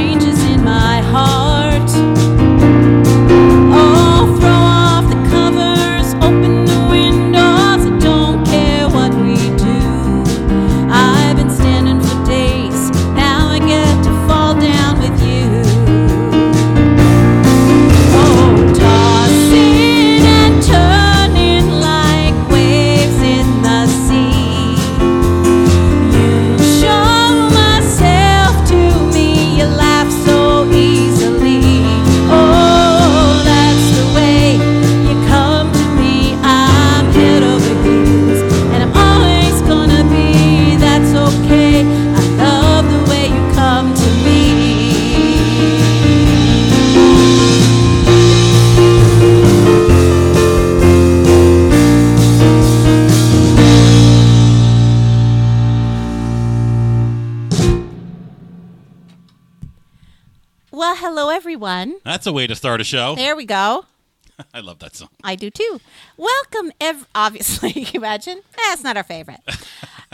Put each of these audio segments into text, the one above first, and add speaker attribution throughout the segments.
Speaker 1: oh Oh, Oh, hello, everyone.
Speaker 2: That's a way to start a show.
Speaker 1: There we go.
Speaker 2: I love that song.
Speaker 1: I do too. Welcome, ev- obviously. Can you imagine? That's not our favorite.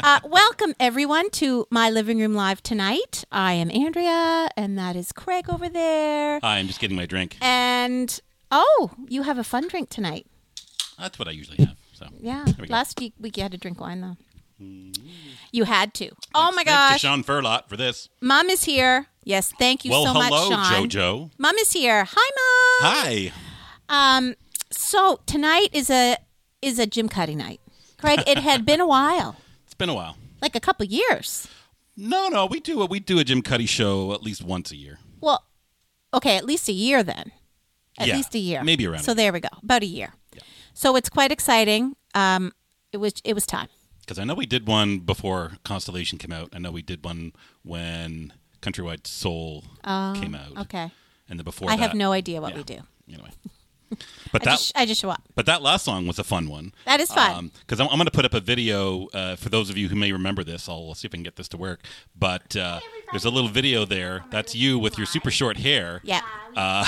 Speaker 1: Uh, welcome, everyone, to my living room live tonight. I am Andrea, and that is Craig over there.
Speaker 2: I'm just getting my drink.
Speaker 1: And oh, you have a fun drink tonight.
Speaker 2: That's what I usually have. So
Speaker 1: Yeah.
Speaker 2: There we go. Mm.
Speaker 1: Last week, week you had to drink wine, though. You had to. Oh my
Speaker 2: Thanks
Speaker 1: gosh.
Speaker 2: to Sean Furlot for this.
Speaker 1: Mom is here. Yes, thank you
Speaker 2: well,
Speaker 1: so
Speaker 2: hello,
Speaker 1: much, Sean.
Speaker 2: JoJo.
Speaker 1: Mom is here. Hi, Mom.
Speaker 2: Hi.
Speaker 1: Um, so tonight is a is a Jim Cuddy night, Craig. It had been a while,
Speaker 2: It's been a while.
Speaker 1: like a couple years.
Speaker 2: No, no, we do a we do a Jim Cuddy show at least once a year.
Speaker 1: Well, okay, at least a year then. At
Speaker 2: Yeah,
Speaker 1: least a year,
Speaker 2: maybe around
Speaker 1: So
Speaker 2: a
Speaker 1: there we go, about a year. So it's quite exciting. Um, it was it was time.
Speaker 2: Because I know we did one before Constellation came out. I know we did one when Countrywide Soul came out.
Speaker 1: Oh, Okay,
Speaker 2: And then before
Speaker 1: I
Speaker 2: that,
Speaker 1: have no idea what
Speaker 2: uh, yeah.
Speaker 1: we do.
Speaker 2: Anyway. But
Speaker 1: I
Speaker 2: that
Speaker 1: just I just show up.
Speaker 2: But that last song was a fun one.
Speaker 1: That is fun.
Speaker 2: Because Um, I'm, I'm going to put up a video uh, for those of you who may remember this. I'll see if I can get this to work. But uh, there's a little video
Speaker 1: Oh
Speaker 2: there. That's you with your super short hair.
Speaker 1: Yeah.
Speaker 2: Uh,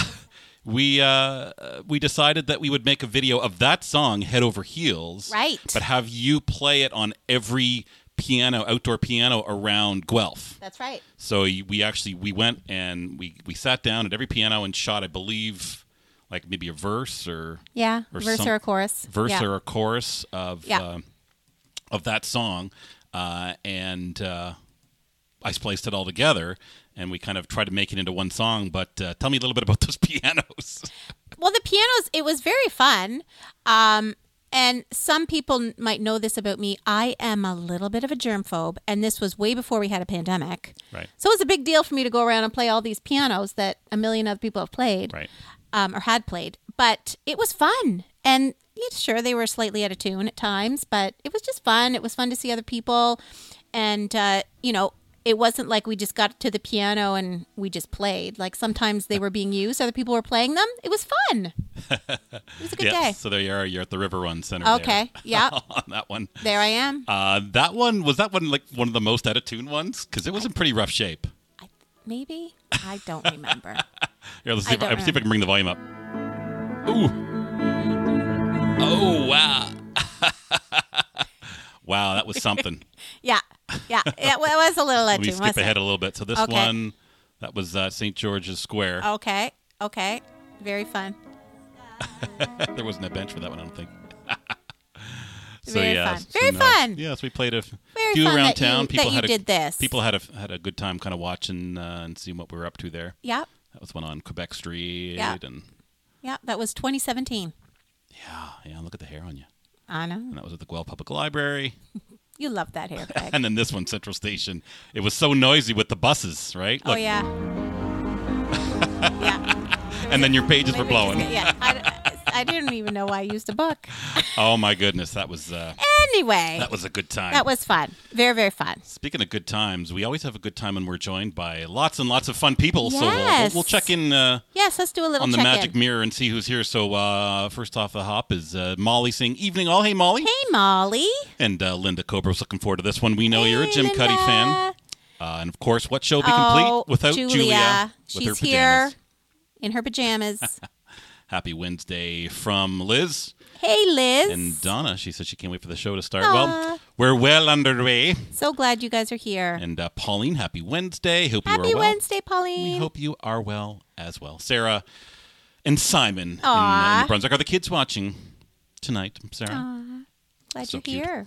Speaker 2: we uh, we decided that we would make a video of that song, Head Over Heels.
Speaker 1: Right.
Speaker 2: But have you play it on every piano, outdoor piano around Guelph.
Speaker 1: That's right.
Speaker 2: So y- we actually we went and we we sat down at every piano and shot, I believe, like maybe a verse or
Speaker 1: Yeah,
Speaker 2: Or
Speaker 1: verse
Speaker 2: some-
Speaker 1: or a chorus.
Speaker 2: verse
Speaker 1: yeah.
Speaker 2: or a chorus of
Speaker 1: Yeah.
Speaker 2: uh, of that song, uh, and uh, I spliced it all together, and we kind of tried to make it into one song. But uh, tell me a little bit about those pianos.
Speaker 1: Well, the pianos, it was very fun. Um, and some people n- might know this about me. I am a little bit of a germphobe, and this was way before we had a pandemic.
Speaker 2: Right.
Speaker 1: So it was a big deal for me to go around and play all these pianos that a million other people have played
Speaker 2: Right.
Speaker 1: um, or had played. But it was fun. And yeah, sure, they were slightly out of tune at times, but it was just fun. It was fun to see other people. And, uh, you know, it wasn't like we just got to the piano and we just played. Like sometimes they were being used, other people were playing them. It was fun. It was a good day.
Speaker 2: So there you are. You're at the River Run Center. there
Speaker 1: Okay. Yep.
Speaker 2: on that one.
Speaker 1: there I am.
Speaker 2: Uh, that one was that one like one of the most out of tune ones because it was in pretty rough shape.
Speaker 1: I, maybe? I don't remember.
Speaker 2: Here, let's
Speaker 1: I
Speaker 2: see, if,
Speaker 1: don't
Speaker 2: I, see if I can bring the volume up. Ooh. Oh wow. wow, that was something.
Speaker 1: yeah. Yeah. It wa- it was a little
Speaker 2: Let
Speaker 1: out
Speaker 2: me
Speaker 1: too
Speaker 2: skip
Speaker 1: wasn't
Speaker 2: ahead
Speaker 1: it?
Speaker 2: a little bit. So this
Speaker 1: Okay. Oh.
Speaker 2: one, that was uh, St. George's Square.
Speaker 1: Okay. Okay. Very fun.
Speaker 2: there wasn't a bench for that one, I don't think. so
Speaker 1: Very
Speaker 2: yeah,
Speaker 1: fun.
Speaker 2: so
Speaker 1: Very
Speaker 2: no.
Speaker 1: fun.
Speaker 2: Yeah, so we played a f-
Speaker 1: Very
Speaker 2: few
Speaker 1: fun
Speaker 2: around
Speaker 1: that you-
Speaker 2: town.
Speaker 1: that
Speaker 2: people
Speaker 1: you
Speaker 2: had a,
Speaker 1: did this.
Speaker 2: People had a f- had a good time, kind of watching uh, and seeing what we were up to there.
Speaker 1: Yep.
Speaker 2: That was one on Quebec Street,
Speaker 1: Yeah.
Speaker 2: and
Speaker 1: Yep. That was 2017.
Speaker 2: yeah, yeah. Look at the hair on you.
Speaker 1: I know.
Speaker 2: And that was at the Guelph Public Library.
Speaker 1: You love that hair, Craig.
Speaker 2: And then this one, Central Station. It was so noisy with the buses, right?
Speaker 1: oh yeah. yeah.
Speaker 2: And then your pages were
Speaker 1: Maybe I just
Speaker 2: blowing.
Speaker 1: got- yeah. I, I didn't even know why I used a book.
Speaker 2: Oh my goodness, that was uh,
Speaker 1: Anyway,
Speaker 2: that was a good time.
Speaker 1: that was fun. Very very fun.
Speaker 2: Speaking of good times, we always have a good time when we're joined by lots and lots of fun people. So uh, we'll- we'll,
Speaker 1: Yes.
Speaker 2: we'll check in uh,
Speaker 1: Yes, let's do a little
Speaker 2: on the
Speaker 1: check
Speaker 2: magic
Speaker 1: in.
Speaker 2: mirror and see who's here. So uh, first off the hop is uh, Molly saying "Evening all." Hey Molly
Speaker 1: Hey Molly.
Speaker 2: and uh, Linda Cobra's looking forward to this one. We know
Speaker 1: Hey,
Speaker 2: you're a Jim
Speaker 1: Linda.
Speaker 2: Cuddy fan, uh, and of course, what show would be
Speaker 1: oh,
Speaker 2: complete without
Speaker 1: Julia?
Speaker 2: with
Speaker 1: She's
Speaker 2: her
Speaker 1: here
Speaker 2: pajamas?
Speaker 1: in her pajamas.
Speaker 2: Happy Wednesday from Liz.
Speaker 1: hey Liz.
Speaker 2: And Donna, she said she can't wait for the show to start.
Speaker 1: Aw.
Speaker 2: Well, we're well underway.
Speaker 1: so glad you guys are here.
Speaker 2: And uh, Pauline, happy Wednesday. Hope you
Speaker 1: Happy
Speaker 2: are well.
Speaker 1: Wednesday, Pauline.
Speaker 2: We hope you are well as well. Sarah and Simon in, uh,
Speaker 1: Aw.
Speaker 2: in New Brunswick. Are the kids watching tonight, Sarah?
Speaker 1: Glad
Speaker 2: So
Speaker 1: you're
Speaker 2: cute.
Speaker 1: here.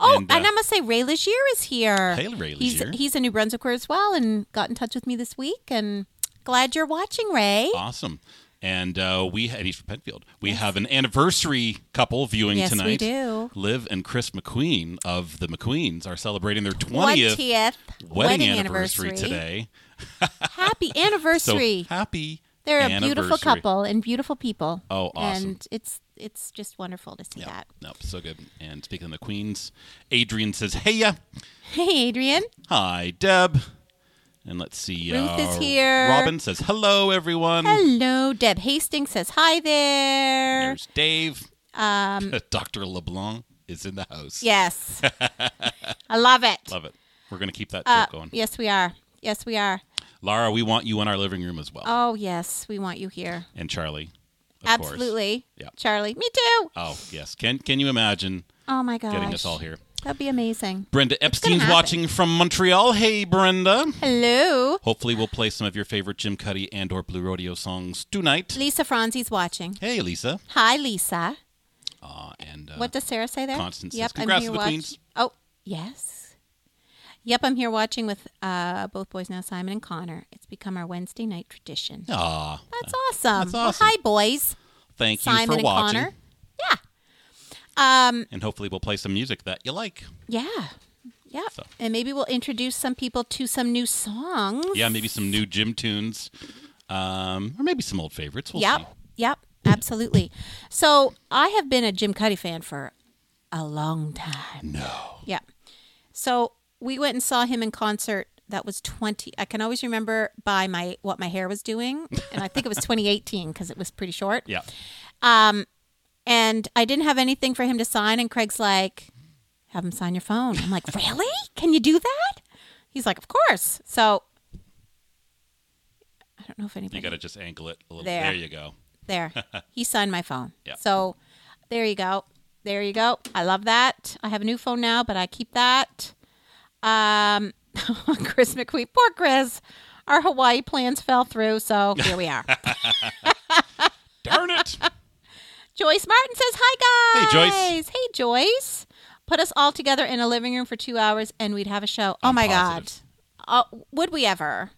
Speaker 1: Oh,
Speaker 2: And,
Speaker 1: and,
Speaker 2: uh,
Speaker 1: I must say, Ray Legere is here.
Speaker 2: Hey, Ray
Speaker 1: he's,
Speaker 2: Legere.
Speaker 1: He's a New Brunswicker as well and got in touch with me this week. And glad you're watching, Ray.
Speaker 2: Awesome. And uh, we had, he's from Penfield. We have an anniversary couple viewing
Speaker 1: Yes, we
Speaker 2: tonight.
Speaker 1: do.
Speaker 2: Liv and Chris McQueen of the McQueens are celebrating their 20th,
Speaker 1: 20th wedding,
Speaker 2: wedding, anniversary, today.
Speaker 1: Happy
Speaker 2: So
Speaker 1: anniversary.
Speaker 2: happy
Speaker 1: They're a beautiful
Speaker 2: anniversary.
Speaker 1: couple and beautiful people.
Speaker 2: Oh, awesome.
Speaker 1: And it's it's just wonderful to see that.
Speaker 2: Nope, so good. And speaking of the Queens, Adrian says, "Hey ya,
Speaker 1: Hey, Adrian.
Speaker 2: hi Deb." And let's see.
Speaker 1: Ruth
Speaker 2: uh,
Speaker 1: is here.
Speaker 2: Robin says, "Hello, everyone."
Speaker 1: Hello, Deb Hastings says hi there.
Speaker 2: There's Dave. Um, Doctor LeBlanc is in the house.
Speaker 1: Yes, I love it.
Speaker 2: love it. We're gonna keep that
Speaker 1: Uh,
Speaker 2: joke going.
Speaker 1: yes, we are. Yes, we are.
Speaker 2: Lara, we want you in our living room as well.
Speaker 1: Oh, yes. We want you here.
Speaker 2: and Charlie, of course.
Speaker 1: Absolutely.
Speaker 2: Yeah.
Speaker 1: Charlie, me too.
Speaker 2: Oh, yes. Can can you imagine
Speaker 1: Oh, my gosh.
Speaker 2: getting us all here?
Speaker 1: That'd be amazing.
Speaker 2: Brenda Epstein's
Speaker 1: happen.
Speaker 2: watching from Montreal. Hey, Brenda.
Speaker 1: Hello.
Speaker 2: Hopefully, we'll play some of your favorite Jim Cuddy and or Blue Rodeo songs tonight.
Speaker 1: Lisa Franzi's watching.
Speaker 2: Hey, Lisa.
Speaker 1: Hi, Lisa.
Speaker 2: Uh, and uh,
Speaker 1: What does Sarah say there?
Speaker 2: Constance says,
Speaker 1: Yep, I'm
Speaker 2: "Congrats
Speaker 1: here
Speaker 2: to the
Speaker 1: watch-
Speaker 2: Queens."
Speaker 1: Oh, yes. Yep, I'm here watching with uh, both boys now, Simon and Connor. It's become our Wednesday night tradition.
Speaker 2: Aw,
Speaker 1: That's awesome.
Speaker 2: That's
Speaker 1: Well,
Speaker 2: awesome.
Speaker 1: hi, boys.
Speaker 2: thank you
Speaker 1: Simon
Speaker 2: for
Speaker 1: and
Speaker 2: watching.
Speaker 1: Connor. Yeah. Um.
Speaker 2: And hopefully, we'll play some music that you like.
Speaker 1: Yeah. Yep.
Speaker 2: So.
Speaker 1: And maybe we'll introduce some people to some new songs.
Speaker 2: Yeah, maybe some new Jim tunes, um, or maybe some old favorites. We'll
Speaker 1: Yep.
Speaker 2: see.
Speaker 1: Yep. Absolutely. So I have been a Jim Cuddy fan for a long time.
Speaker 2: No.
Speaker 1: Yeah. So we went and saw him in concert. That was 20. I can always remember by my what my hair was doing, and I think it was 2018 because it was pretty short.
Speaker 2: Yeah.
Speaker 1: And I didn't have anything for him to sign, and Craig's like, "Have him sign your phone." I'm like, "Really? Can you do that?" He's like, "Of course." So I don't know if anybody
Speaker 2: You got to just angle it a little.
Speaker 1: There.
Speaker 2: There you go.
Speaker 1: there. He signed my phone.
Speaker 2: Yeah.
Speaker 1: So there you go. There you go. I love that. I have a new phone now, but I keep that. Um, Chris McQueen, poor Chris. Our Hawaii plans fell through, so here we are.
Speaker 2: Darn it.
Speaker 1: Joyce Martin says, "Hi
Speaker 2: Hey,
Speaker 1: guys.
Speaker 2: Joyce.
Speaker 1: Hey Joyce. Put us all together in a living room for 2 hours and we'd have a show. Oh
Speaker 2: I'm
Speaker 1: my
Speaker 2: positive.
Speaker 1: god. Uh, would we ever?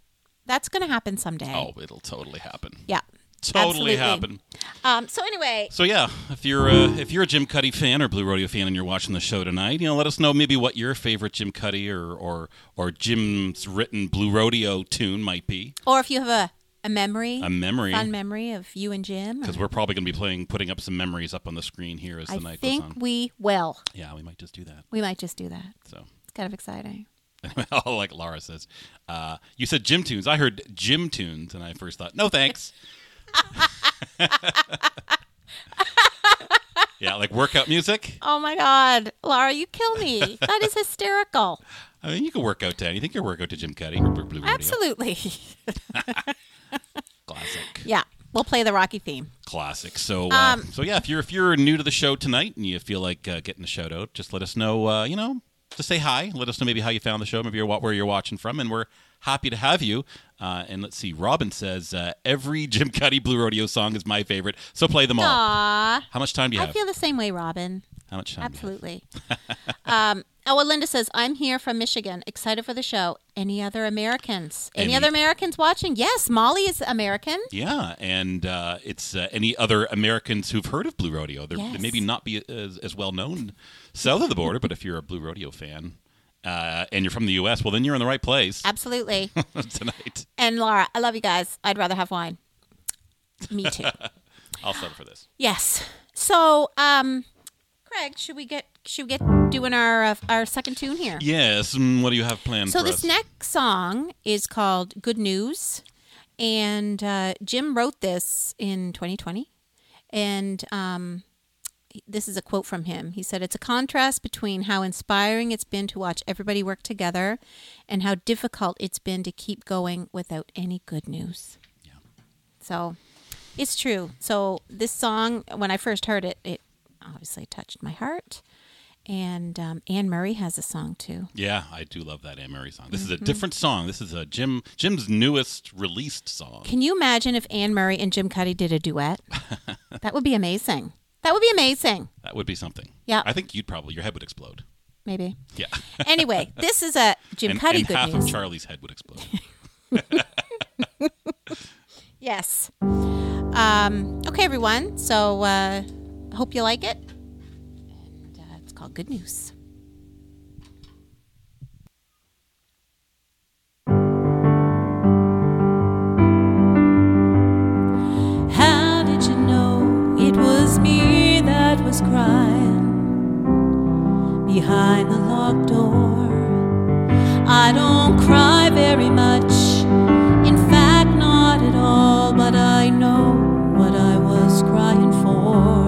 Speaker 1: That's going to happen someday.
Speaker 2: Oh, it'll totally happen.
Speaker 1: Yeah. absolutely.
Speaker 2: Totally happen.
Speaker 1: Um, so anyway,
Speaker 2: So yeah, if you're uh, if you're a Jim Cuddy fan or Blue Rodeo fan and you're watching the show tonight, you know, let us know maybe what your favorite Jim Cuddy or or or Jim's written Blue Rodeo tune might be.
Speaker 1: or if you have a a memory,
Speaker 2: A memory,
Speaker 1: fun memory of you and Jim.
Speaker 2: because we're probably going to be playing putting up some memories up on the screen here as the
Speaker 1: I
Speaker 2: night
Speaker 1: think
Speaker 2: goes on.
Speaker 1: we will.
Speaker 2: Yeah, we might just do that.
Speaker 1: We might just do that.
Speaker 2: So.
Speaker 1: It's kind of exciting.
Speaker 2: like Laura says, uh, you said Jim tunes. I heard Jim tunes, and I first thought, no thanks. yeah, like workout music.
Speaker 1: Oh my God, Laura, you kill me. That is hysterical.
Speaker 2: I mean, you can work out to anything. You can work out to Jim Cuddy or Blue Rodeo.
Speaker 1: Absolutely.
Speaker 2: Classic,
Speaker 1: Yeah, we'll play the Rocky theme.
Speaker 2: classic. So, uh,
Speaker 1: Um,
Speaker 2: so yeah, if you're if you're new to the show tonight and you feel like uh, getting a shout out, just let us know. Uh, you know, just say hi. Let us know maybe how you found the show, maybe you're, wa- where you're watching from, and we're happy to have you. Uh, and let's see, Robin says uh, every Jim Cuddy Blue Rodeo song is my favorite, so play them all.
Speaker 1: Aw,
Speaker 2: How much time do you
Speaker 1: I
Speaker 2: have?
Speaker 1: feel the same way, Robin.
Speaker 2: How much time? do you have?
Speaker 1: Absolutely. um, oh, well, Linda says, I'm here from Michigan, excited for the show. Any other Americans? Any,
Speaker 2: Any-
Speaker 1: other Americans watching? Yes, Molly is American.
Speaker 2: Yeah, and uh, it's uh, any other Americans who've heard of Blue Rodeo. They're,
Speaker 1: Yes.
Speaker 2: They maybe not be as, as well known south of the border, but if you're a Blue Rodeo fan uh, and you're from the U.S., well, then you're in the right place
Speaker 1: Absolutely.
Speaker 2: tonight.
Speaker 1: and Laura, I love you guys. I'd rather have wine. Me too.
Speaker 2: I'll settle for this.
Speaker 1: yes. So, um, Craig, should we get should we get doing our uh, our second tune here?
Speaker 2: Yes, mm, what do you have planned
Speaker 1: So
Speaker 2: for
Speaker 1: this
Speaker 2: us?
Speaker 1: next song is called "Good News," and uh, Jim wrote this in 2020, and um, this is a quote from him. He said, "It's a contrast between how inspiring it's been to watch everybody work together, and how difficult it's been to keep going without any good news."
Speaker 2: Yeah.
Speaker 1: So it's true. So this song, when I first heard it, it obviously touched my heart. And um, Anne Murray has a song too.
Speaker 2: Yeah, I do love that Anne Murray song. This
Speaker 1: Mm-hmm.
Speaker 2: is a different song. This is a Jim Jim's newest released song.
Speaker 1: Can you imagine if Anne Murray and Jim Cuddy did a duet? that would be amazing. That would be amazing.
Speaker 2: That would be something.
Speaker 1: Yeah.
Speaker 2: I think you'd probably your head would explode.
Speaker 1: Maybe.
Speaker 2: Yeah,
Speaker 1: Anyway, this is a Jim
Speaker 2: and,
Speaker 1: Cuddy
Speaker 2: and
Speaker 1: good
Speaker 2: half
Speaker 1: news.
Speaker 2: of Charlie's head would explode.
Speaker 1: yes. Um, okay, everyone. So uh, hope you like it. And uh, it's called Good News.
Speaker 3: How did you know it was me that was crying behind the locked door? I don't cry very much, in fact, not at all, but I know what I was crying for.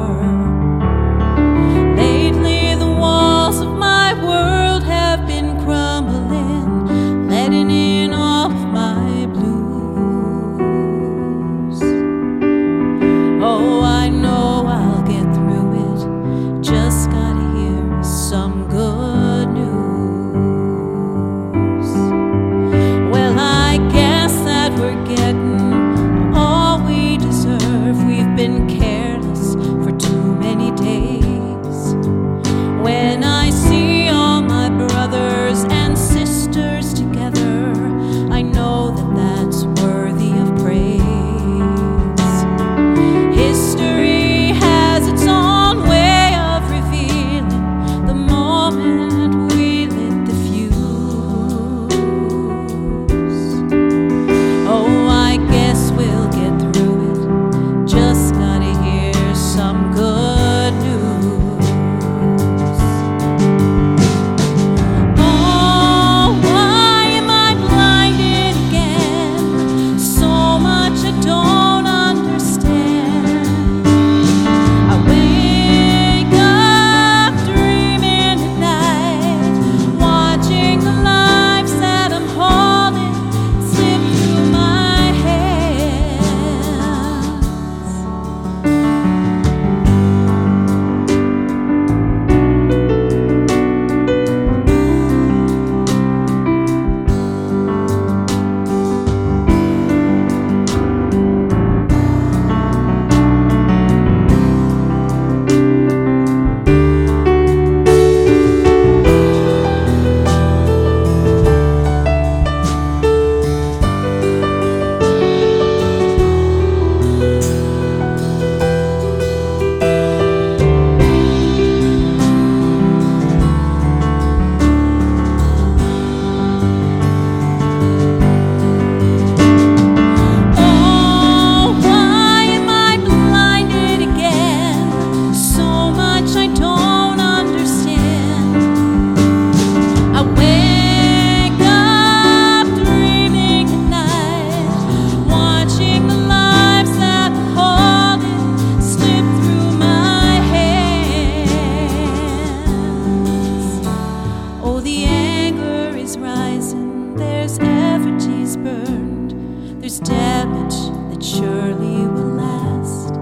Speaker 3: Lately, the walls of my world have been crumbling, letting in all of my blue Oh, Oh,
Speaker 1: Oh, Oh,
Speaker 3: Oh, there's damage that surely will last.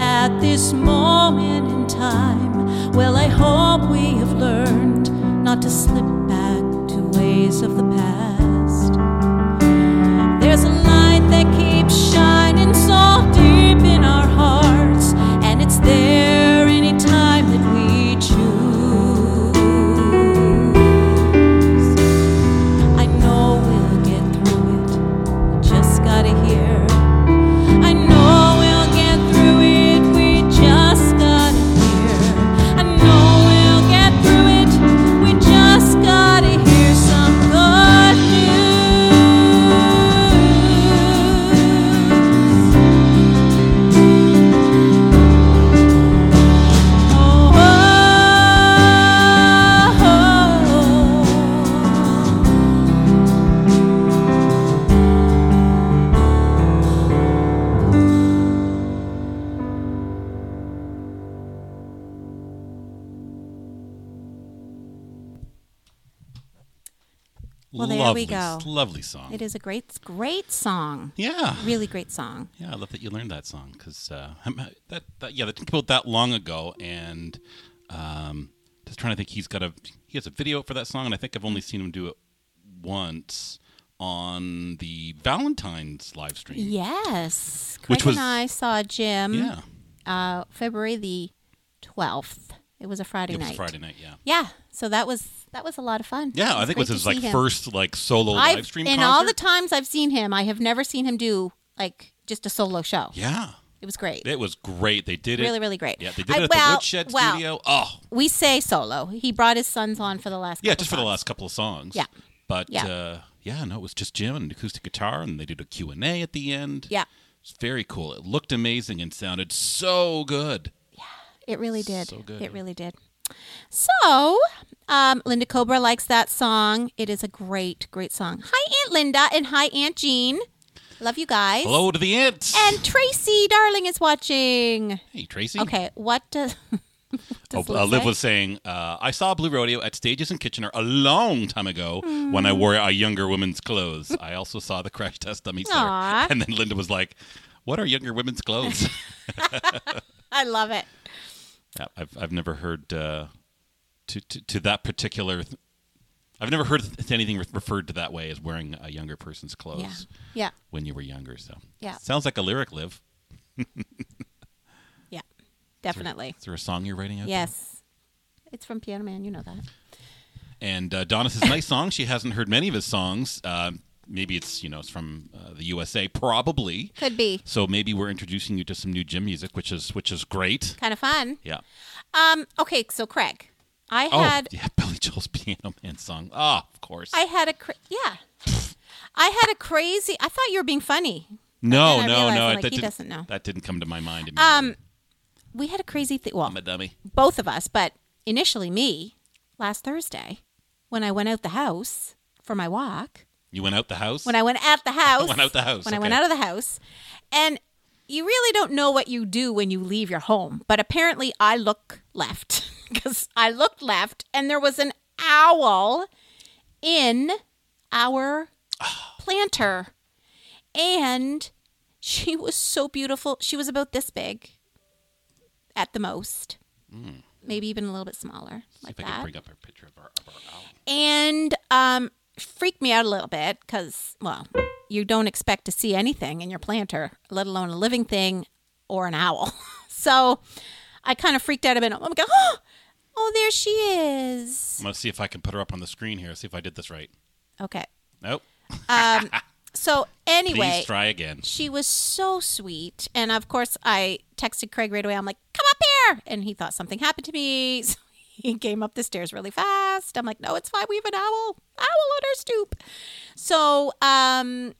Speaker 3: At this moment in time, well, I hope we have learned not to slip back to ways of the past. There's a light that keeps shining so deep in our hearts, and it's there any time that we choose. I know we'll get through it. We just gotta hear. I know we'll get through it. We just gotta hear. I know we'll get through it. We just gotta hear some good news. oh.
Speaker 1: Well, there
Speaker 2: lovely,
Speaker 1: we go.
Speaker 2: Lovely song.
Speaker 1: It is a great, great song.
Speaker 2: Yeah.
Speaker 1: Really great song.
Speaker 2: Yeah, I love that you learned that song because uh, I'm- that, that yeah, to think about that long ago, and um, just trying to think, he's got a he has a video for that song, and I think I've only seen him do it once on the Valentine's live stream.
Speaker 1: Yes. Craig
Speaker 2: Which was-
Speaker 1: and I saw Jim
Speaker 2: yeah,
Speaker 1: uh, February the 12th. It was a Friday
Speaker 2: it was
Speaker 1: night.
Speaker 2: Friday night. Yeah,
Speaker 1: Yeah. So that was that was a lot of fun.
Speaker 2: yeah, I think it
Speaker 1: great
Speaker 2: was his
Speaker 1: to
Speaker 2: like
Speaker 1: see him.
Speaker 2: first like solo
Speaker 1: I've,
Speaker 2: live stream.
Speaker 1: In
Speaker 2: concert.
Speaker 1: all the times I've seen him, I have never seen him do like just a solo show.
Speaker 2: yeah,
Speaker 1: It was great.
Speaker 2: it was great. They did it
Speaker 1: Really, really great.
Speaker 2: Yeah, they did
Speaker 1: I-
Speaker 2: it at
Speaker 1: well-
Speaker 2: the Woodshed
Speaker 1: well,
Speaker 2: Studio. Oh,
Speaker 1: we say solo. He brought his sons on for the last.
Speaker 2: Yeah,
Speaker 1: couple
Speaker 2: just for the
Speaker 1: songs.
Speaker 2: last couple of songs.
Speaker 1: Yeah.
Speaker 2: But
Speaker 1: Yeah.
Speaker 2: Uh, yeah, no, it was just Jim and acoustic guitar, and they did a Q&A at the end.
Speaker 1: Yeah,
Speaker 2: It's very cool. It looked amazing and sounded so good.
Speaker 1: it really did.
Speaker 2: So good,
Speaker 1: it
Speaker 2: yeah.
Speaker 1: really did. So, um, Linda Cobra likes that song. It is a great, great song. Hi, Aunt Linda, and hi, Aunt Jean. Love you guys.
Speaker 2: Hello to the ants.
Speaker 1: And Tracy, darling, is watching.
Speaker 2: hey, Tracy.
Speaker 1: Okay, what does?
Speaker 2: Oh,
Speaker 1: does
Speaker 2: uh, Liv
Speaker 1: say?
Speaker 2: was saying, uh, I saw Blue Rodeo at Stages in Kitchener a long time ago when I
Speaker 1: Mm.
Speaker 2: wore a younger woman's clothes. I also saw the crash test dummies there.
Speaker 1: Aw.
Speaker 2: And then Linda was like, what are younger women's clothes?
Speaker 1: I love it.
Speaker 2: Yeah, I've I've never heard uh, to, to to that particular. Th- I've never heard th- anything re- referred to that way as wearing a younger person's clothes
Speaker 1: Yeah, yeah,
Speaker 2: when you were younger. So
Speaker 1: Yeah.
Speaker 2: sounds like a lyric. Live.
Speaker 1: yeah. Definitely.
Speaker 2: Is there a song you're writing out? there?
Speaker 1: Yes, it's from Piano Man. You know that.
Speaker 2: And uh, Donna says nice song. She hasn't heard many of his songs. Uh, maybe it's you know it's from uh, the USA, probably.
Speaker 1: Could be
Speaker 2: So maybe we're introducing you to some new Jim music, which is which is great.
Speaker 1: kind of fun.
Speaker 2: Yeah.
Speaker 1: Um. Okay. So Craig, I
Speaker 2: Oh
Speaker 1: had
Speaker 2: yeah, Billy Joel's Piano Man song. Ah, of course.
Speaker 1: I had a cra- yeah. I had a crazy. I thought you were being funny.
Speaker 2: no,
Speaker 1: then I
Speaker 2: no,
Speaker 1: realized,
Speaker 2: no.
Speaker 1: I'm
Speaker 2: I-
Speaker 1: like,
Speaker 2: that
Speaker 1: he
Speaker 2: didn't-
Speaker 1: doesn't know.
Speaker 2: That didn't come to my mind. immediately.
Speaker 1: Um, we had a crazy thing. Well,
Speaker 2: I'm a dummy.
Speaker 1: both of us, but initially me. Last Thursday, when I went out the house for my walk,
Speaker 2: You went out the house.
Speaker 1: when I went out the house,
Speaker 2: Went out the house,
Speaker 1: when I went
Speaker 2: okay.
Speaker 1: out of the house, and you really don't know what you do when you leave your home. But apparently, I look left because I looked left, and there was an owl in our planter, and she was so beautiful. She was about this big, at the most, maybe even a little bit smaller,
Speaker 2: Hmm. See
Speaker 1: like
Speaker 2: if I can
Speaker 1: that
Speaker 2: bring up a picture of our, of our owl.
Speaker 1: and um, freaked me out a little bit because, well, you don't expect to see anything in your planter, let alone a living thing or an owl. so I kind of freaked out a bit. I'm like, oh, oh, there she is.
Speaker 2: I'm gonna see if I can put her up on the screen here. See if I did this right.
Speaker 1: Okay.
Speaker 2: Nope.
Speaker 1: So
Speaker 2: Please
Speaker 1: anyway,
Speaker 2: try again.
Speaker 1: she was so sweet, and of course, I texted Craig right away. I'm like, "Come up here!" And he thought something happened to me. So he came up the stairs really fast. I'm like, "No, it's fine. We have an owl, owl on our stoop." So, um,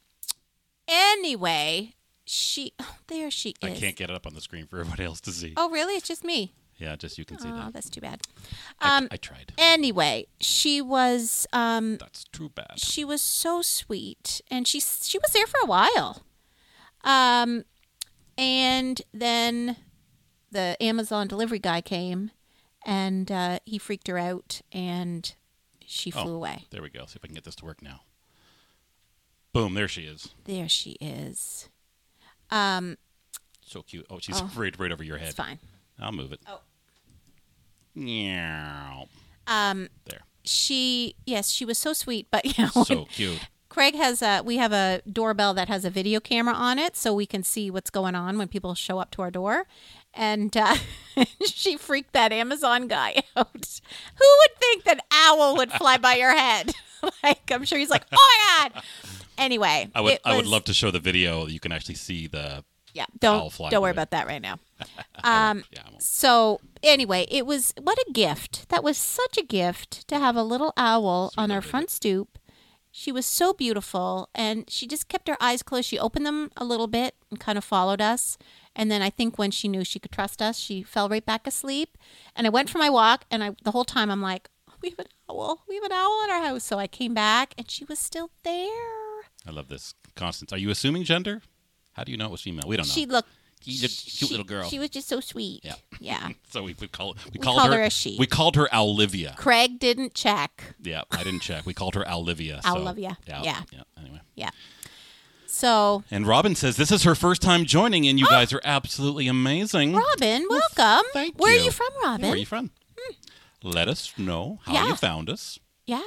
Speaker 1: anyway, she oh, there she is.
Speaker 2: I can't get it up on the screen for everybody else to see.
Speaker 1: Oh, really? It's just me.
Speaker 2: Yeah, just you can see
Speaker 1: Oh,
Speaker 2: that.
Speaker 1: that's too bad.
Speaker 2: I,
Speaker 1: Um,
Speaker 2: I tried.
Speaker 1: anyway, she was um
Speaker 2: That's too bad.
Speaker 1: she was so sweet and she she was there for a while um and then the amazon delivery guy came and uh, he freaked her out and she flew away
Speaker 2: There we go. See if I can get this to work now. Boom, there she is.
Speaker 1: There she is. Um,
Speaker 2: So cute. Oh, she's right, right over your head.
Speaker 1: it's fine.
Speaker 2: I'll move it.
Speaker 1: Oh.
Speaker 2: Meow.
Speaker 1: Um, oh,
Speaker 2: There.
Speaker 1: she yes, she was so sweet, but yeah, when-
Speaker 2: So cute.
Speaker 1: Craig has a we have a doorbell that has a video camera on it, so we can see what's going on when people show up to our door. And uh, she freaked that Amazon guy out. Who would think that owl would fly by your head? like I'm sure he's like, oh my god. Anyway,
Speaker 2: I would
Speaker 1: it
Speaker 2: I would
Speaker 1: was-
Speaker 2: love to show the video. You can actually see the
Speaker 1: Yeah, don't
Speaker 2: owl fly
Speaker 1: don't worry
Speaker 2: by.
Speaker 1: about that right now. Um,
Speaker 2: yeah. I won't.
Speaker 1: So anyway, it was what a gift. That was such a gift to have a little owl on our front stoop. She was so beautiful and she just kept her eyes closed. She opened them a little bit and kind of followed us. And then I think when she knew she could trust us, she fell right back asleep. And I went for my walk and I the whole time I'm like, "Oh, We have an owl. We have an owl in our house. So I came back and she was still there.
Speaker 2: I love this. Constance, are you assuming gender? How do you know it was female? We don't know.
Speaker 1: She looked
Speaker 2: She's a cute little girl.
Speaker 1: She was just so sweet.
Speaker 2: Yeah.
Speaker 1: Yeah.
Speaker 2: so we, we, call, we,
Speaker 1: called her a she.
Speaker 2: We called her Olivia.
Speaker 1: Craig didn't check.
Speaker 2: Yeah, I didn't check. We called her Olivia. so-
Speaker 1: Olivia,
Speaker 2: yeah.
Speaker 1: yeah.
Speaker 2: Anyway.
Speaker 1: Yeah. So
Speaker 2: And Robin says this is her first time joining, and you guys are absolutely amazing.
Speaker 1: Oh! Robin, welcome.
Speaker 2: thank
Speaker 1: Where
Speaker 2: you.
Speaker 1: are you from, Robin? Hmm.
Speaker 2: Where are you from? Let us know how
Speaker 1: Yeah.
Speaker 2: you found us
Speaker 1: Yeah.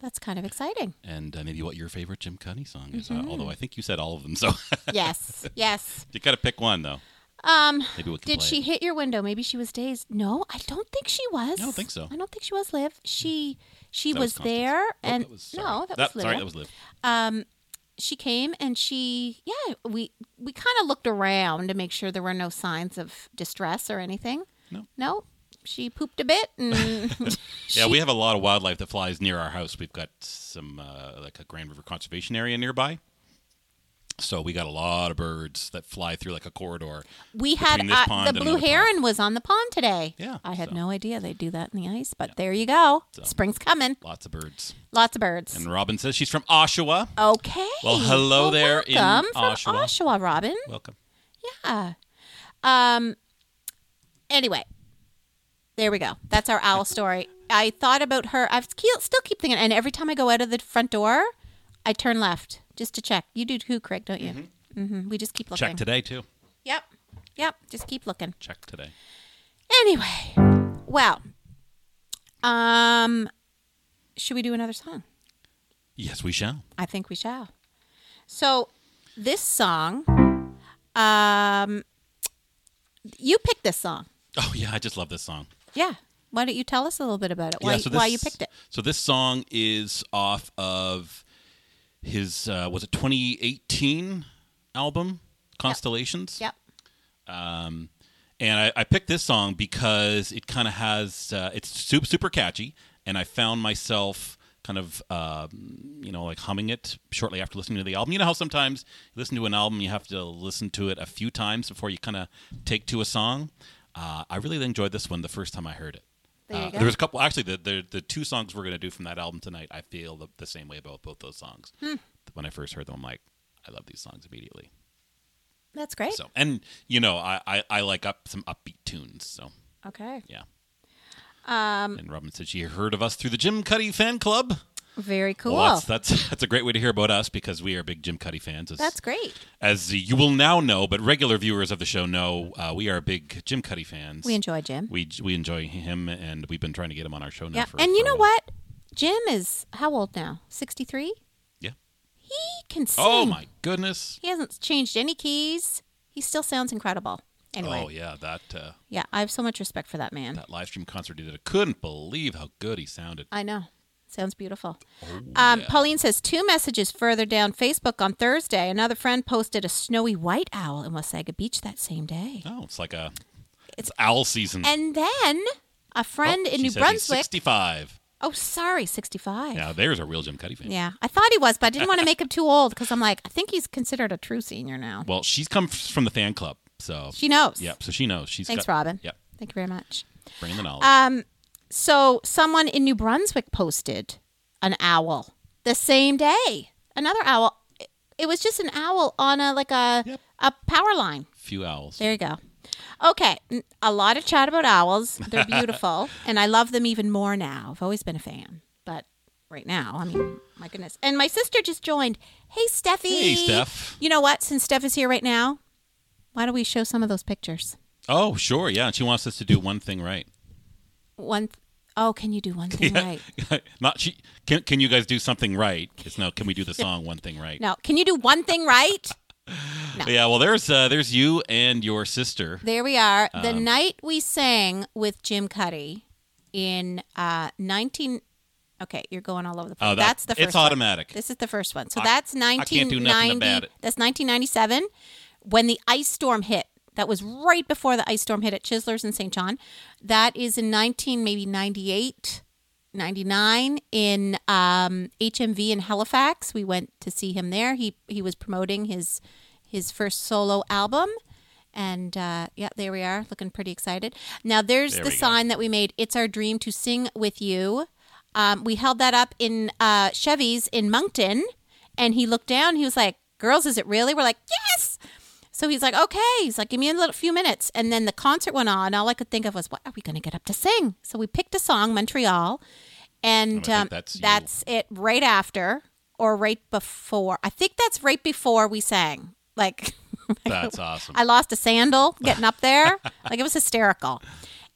Speaker 1: That's kind of exciting.
Speaker 2: and uh, maybe what your favorite Jim Cunny song is.
Speaker 1: Mm-hmm.
Speaker 2: Uh, although I think you said all of them, so
Speaker 1: Yes. yes.
Speaker 2: you got to pick one though.
Speaker 1: Um
Speaker 2: Maybe we can
Speaker 1: did
Speaker 2: play
Speaker 1: she
Speaker 2: it.
Speaker 1: hit your window? Maybe she was dazed. No, I don't think she was.
Speaker 2: I don't think so. Hmm.
Speaker 1: I don't think she was Liv. She she
Speaker 2: That was
Speaker 1: was,
Speaker 2: Constance.
Speaker 1: there
Speaker 2: Oh,
Speaker 1: and
Speaker 2: that was, sorry.
Speaker 1: no, that, was Liv.
Speaker 2: sorry, that was Liv.
Speaker 1: she came and she yeah, we we kind of looked around to make sure there were no signs of distress or anything.
Speaker 2: No.
Speaker 1: No. She pooped a bit and
Speaker 2: Yeah, we have a lot of wildlife that flies near our house. We've got some uh, like a Grand River Conservation Area nearby. So we got a lot of birds that fly through like a corridor.
Speaker 1: We had
Speaker 2: Between this pond
Speaker 1: uh, the
Speaker 2: and
Speaker 1: blue
Speaker 2: another
Speaker 1: heron was on the pond today.
Speaker 2: Yeah,
Speaker 1: I had
Speaker 2: so.
Speaker 1: no idea they do that in the ice, but there you go. Spring's coming.
Speaker 2: Lots of birds.
Speaker 1: Lots of birds.
Speaker 2: And Robin says she's from Oshawa.
Speaker 1: okay.
Speaker 2: Well, hello there in
Speaker 1: welcome from
Speaker 2: Oshawa.
Speaker 1: Oshawa, Robin.
Speaker 2: Welcome.
Speaker 1: Yeah. Um. Anyway, there we go. That's our owl story. I thought about her. I still keep thinking, and every time I go out of the front door, I turn left just to check. You do too, Craig, don't you? Mm-hmm. We just keep looking.
Speaker 2: Check today too.
Speaker 1: Yep. Yep. Just keep looking.
Speaker 2: Check today.
Speaker 1: Anyway, well, um, should we do another song?
Speaker 2: Yes, we shall.
Speaker 1: I think we shall. So, this song, um, you picked this song,
Speaker 2: Oh yeah, I just love this song.
Speaker 1: yeah? Why don't you tell us a little bit about it? Why,
Speaker 2: yeah, so
Speaker 1: why
Speaker 2: this-
Speaker 1: you picked it?
Speaker 2: So this song is off of his uh, was it 2018 album Constellations.
Speaker 1: Yep.
Speaker 2: And I, I picked this song because it kind of has uh, it's super super catchy, and I found myself kind of um, you know like humming it shortly after listening to the album. You know how sometimes you listen to an album, you have to listen to it a few times before you kind of take to a song. Uh, I really enjoyed this one the first time I heard it.
Speaker 1: There you
Speaker 2: uh,
Speaker 1: go.
Speaker 2: There was a couple actually the, the the two songs we're gonna do from that album tonight. I feel the, the same way about both those songs.
Speaker 1: Hmm.
Speaker 2: When I first heard them, I'm like, I love these songs immediately.
Speaker 1: That's great.
Speaker 2: So and you know I, I, I like up some upbeat tunes. So
Speaker 1: okay.
Speaker 2: yeah. Um, and Robin said she heard of us through the Jim Cuddy fan club.
Speaker 1: Very cool.
Speaker 2: Well, that's, that's that's a great way to hear about us because we are big Jim Cuddy fans. As,
Speaker 1: That's great.
Speaker 2: As you will now know, but regular viewers of the show know, uh, we are big Jim Cuddy fans.
Speaker 1: We enjoy Jim.
Speaker 2: we we enjoy him, and we've been trying to get him on our show now.
Speaker 1: yeah.
Speaker 2: For,
Speaker 1: And
Speaker 2: for
Speaker 1: you
Speaker 2: a
Speaker 1: know
Speaker 2: while.
Speaker 1: what? Jim is how old now? Sixty three.
Speaker 2: Yeah.
Speaker 1: He can sing.
Speaker 2: Oh my goodness.
Speaker 1: He hasn't changed any keys. He still sounds incredible. Anyway,
Speaker 2: Oh yeah, that uh,
Speaker 1: Yeah, I have so much respect for that man.
Speaker 2: that live stream concert he did. I couldn't believe how good he sounded.
Speaker 1: I know. Sounds beautiful.
Speaker 2: Oh,
Speaker 1: Um, Pauline says two messages further down Facebook on Thursday. Another friend posted a snowy white owl in Wasaga Beach that same day.
Speaker 2: oh, it's like a it's owl season.
Speaker 1: And then a friend
Speaker 2: Oh,
Speaker 1: in
Speaker 2: she
Speaker 1: New
Speaker 2: says he's
Speaker 1: Brunswick.
Speaker 2: Sixty-five.
Speaker 1: Oh, sorry, 65.
Speaker 2: Yeah, there's a real Jim Cuddy fan.
Speaker 1: Yeah, I thought he was, but I didn't want to make him too old because I'm like, I think he's considered a true senior now.
Speaker 2: Well, she's come f- from the fan club, so
Speaker 1: She knows.
Speaker 2: Yep, so she knows. She's
Speaker 1: Thanks,
Speaker 2: got-
Speaker 1: Robin. Uh,
Speaker 2: Yep,
Speaker 1: Thank you very much.
Speaker 2: bringing the knowledge.
Speaker 1: Um, So someone in New Brunswick posted an owl the same day. Another owl. It- It was just an owl on a like a
Speaker 2: Yep.
Speaker 1: a power line.
Speaker 2: Few owls.
Speaker 1: There you go. Okay, n- a lot of chat about owls. They're beautiful, and I love them even more now. I've always been a fan, but right now. I mean, my goodness. And my sister just joined. Hey, Steffi.
Speaker 2: Hey, Steph.
Speaker 1: You know what? Since Steph is here right now, why don't we show some of those pictures?
Speaker 2: Oh, sure. Yeah. And she wants us to do one thing right.
Speaker 1: One. Th- oh, can you do one thing right?
Speaker 2: Not she. Can, can you guys do something right? It's no. Can we do the song one thing right?
Speaker 1: No. Can you do one thing right?
Speaker 2: Yeah. Well, there's uh, there's you and your sister.
Speaker 1: There we are. The
Speaker 2: Um,
Speaker 1: night we sang with Jim Cuddy in uh, 19. Okay, you're going all over the place.
Speaker 2: Oh, that-
Speaker 1: that's the first.
Speaker 2: it's
Speaker 1: one.
Speaker 2: automatic.
Speaker 1: This is the first one. So that's
Speaker 2: I can't do nothing
Speaker 1: 1990.
Speaker 2: about it.
Speaker 1: That's 1997 when the ice storm hit. That was right before the ice storm hit at Chisler's in St. John. That is in 19 maybe 98, 99 in um, HMV in Halifax. We went to see him there. He he was promoting his his first solo album. And uh, yeah, there we are, looking pretty excited. Now there's
Speaker 2: There
Speaker 1: the
Speaker 2: we go.
Speaker 1: sign that we made. It's our dream to sing with you. Um, we held that up in uh, Chevy's in Moncton, and he looked down. He was like, "Girls, is it really?" We're like, "Yes." So he's like, "Okay." He's like, "Give me a little few minutes." And then the concert went on. All I could think of was, "What are we going to get up to sing?" So we picked a song, Montreal, and
Speaker 2: think
Speaker 1: um,
Speaker 2: that's you.
Speaker 1: that's it. Right after or right before? I think that's right before we sang. Like.
Speaker 2: That's awesome.
Speaker 1: I lost a sandal getting up there. like it was hysterical.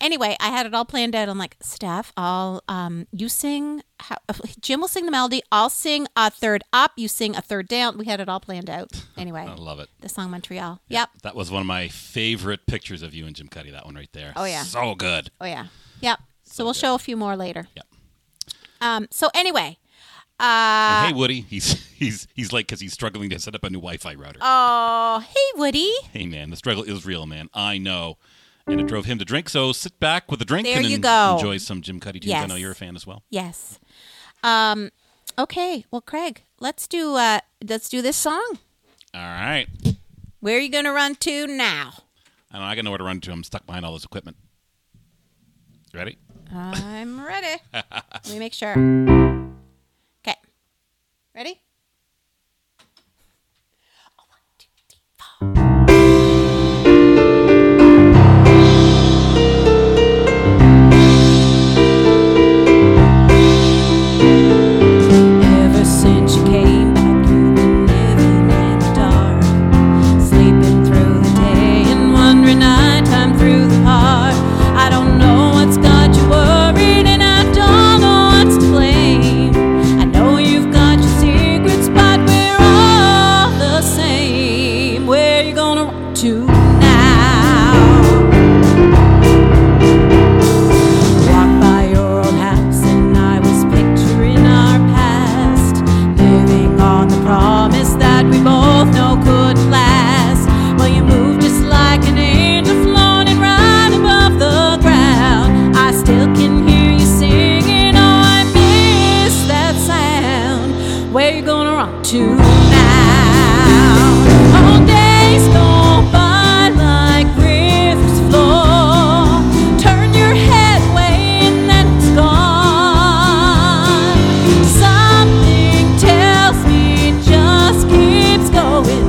Speaker 1: Anyway, I had it all planned out. I'm like, Steph, I'll um, you sing. How, Jim will sing the melody. I'll sing a third up. You sing a third down. We had it all planned out. Anyway,
Speaker 2: I love it.
Speaker 1: the song Montreal. Yep.
Speaker 2: That was one of my favorite pictures of you and Jim Cuddy. That one right there.
Speaker 1: Oh, yeah.
Speaker 2: So good.
Speaker 1: Oh yeah. Yep. So, we'll show a few more later.
Speaker 2: Yep.
Speaker 1: Um. So anyway, uh,
Speaker 2: And hey, Woody. He's he's he's like because he's struggling to set up a new Wi-Fi router.
Speaker 1: oh hey Woody,
Speaker 2: Hey, man, the struggle is real, man. I know. And it drove him to drink, so sit back with a drink
Speaker 1: There
Speaker 2: and
Speaker 1: you
Speaker 2: en-
Speaker 1: go.
Speaker 2: enjoy some Jim Cuddy tunes. I know
Speaker 1: Yes.
Speaker 2: you're a fan as well.
Speaker 1: yes. Um. Okay. Well, Craig, let's do uh let's do this song.
Speaker 2: All right.
Speaker 1: Where are you gonna run to now?
Speaker 2: I know I got nowhere to run to. I'm stuck behind all this equipment. Ready?
Speaker 1: I'm ready. Let me make sure. Okay. Ready?
Speaker 3: Ever since you came back, you've been living in the dark, sleeping through the day and wandering nighttime through the park. I don't know what's got you worried, and I don't know what's to blame. I know you've got your secrets, but we're all the same. Where you gonna run to now? Walk by your old house, and I was picturing our past, living on the promise that we both know could last. Well, you moved just like an angel, floating right above the ground. I still can hear you singing. Oh, I miss that sound. Where you gonna run to now? Oh, days go by like rivers flow. Turn your head away and then it's gone. Something tells me it just keeps going.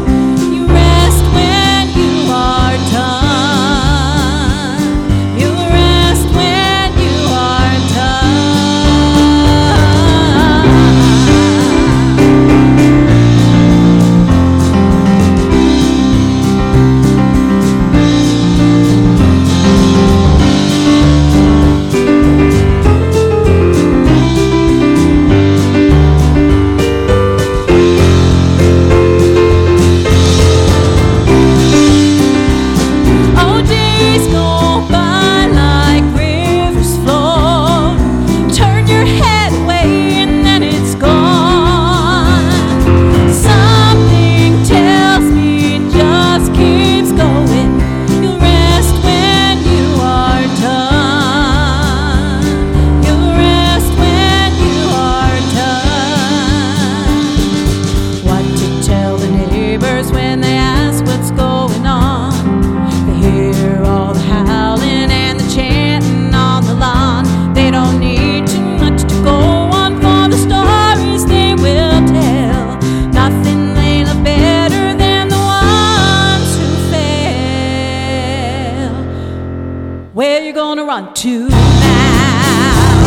Speaker 3: You rest when you are done. You rest when you are done. Oh, days go by like rivers flow. Turn your head away and then it's gone. Something tells me it just keeps going. You'll rest when you are done. You'll rest when you are done. What to tell the neighbors when they ask what's going on? They hear all the howling and the chanting on the lawn. They don't need too much to go on for the stories they will tell. Nothing they love better than the ones who fail. Where you gonna run to now?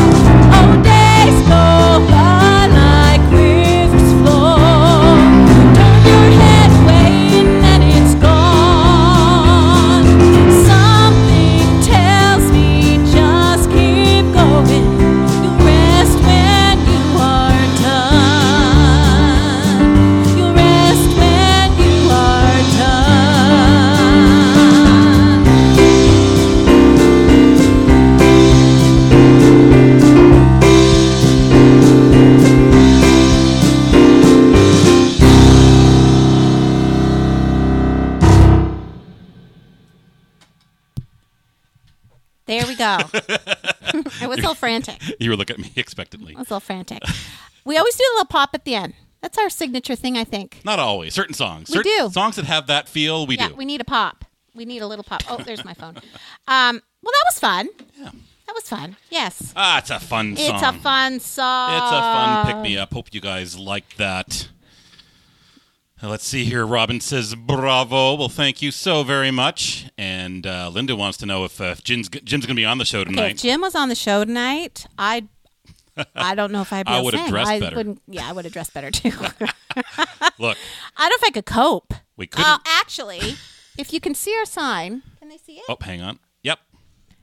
Speaker 3: Oh, days go by
Speaker 1: I was all frantic. I
Speaker 2: You were looking at me expectantly.
Speaker 1: was all frantic. We always do a little pop at the end. That's our signature thing, I think.
Speaker 2: Not always. Certain songs.
Speaker 1: We
Speaker 2: Certain
Speaker 1: do.
Speaker 2: Songs that have that feel, we
Speaker 1: yeah,
Speaker 2: do.
Speaker 1: we need a pop. We need a little pop. Oh, there's my phone. Um, well, that was fun.
Speaker 2: yeah.
Speaker 1: That was fun. Yes.
Speaker 2: Ah, it's a fun song.
Speaker 1: It's a fun song.
Speaker 2: It's a fun
Speaker 1: Um,
Speaker 2: pick me up. Hope you guys liked that. Uh, Let's see here. Robin says, Bravo. Well, thank you so very much. And uh, Linda wants to know if, uh, if Jim's, g- Jim's going to be on the show
Speaker 1: Okay, if
Speaker 2: tonight.
Speaker 1: Jim was on the show tonight, I I don't know if I'd be able
Speaker 2: I
Speaker 1: to
Speaker 2: would've
Speaker 1: sing.
Speaker 2: dressed
Speaker 1: I
Speaker 2: better.
Speaker 1: wouldn't yeah, I would have dressed better too.
Speaker 2: Look,
Speaker 1: I don't know if I could cope.
Speaker 2: we couldn't.
Speaker 1: Uh, actually, if you can see our sign, can they see it?
Speaker 2: oh, hang on. Yep.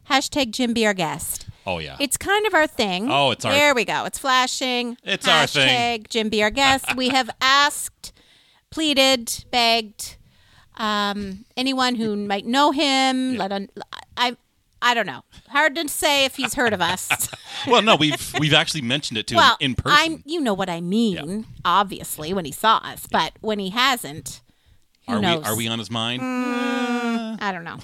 Speaker 1: Hashtag Jim be our guest.
Speaker 2: Oh, yeah.
Speaker 1: It's kind of our thing.
Speaker 2: Oh, it's our-
Speaker 1: There we go. It's flashing.
Speaker 2: It's our thing.
Speaker 1: Hashtag Jim be our guest. we have asked, pleaded, begged um, anyone who might know him. Let un- I, I don't know. Hard to say if he's heard of us.
Speaker 2: well, no, we've we've actually mentioned it to
Speaker 1: well,
Speaker 2: him in person.
Speaker 1: I'm. You know what I mean. Obviously, when he saw us, but when he hasn't, who
Speaker 2: are
Speaker 1: knows? Mm.
Speaker 2: we are we on his mind?
Speaker 1: I don't know.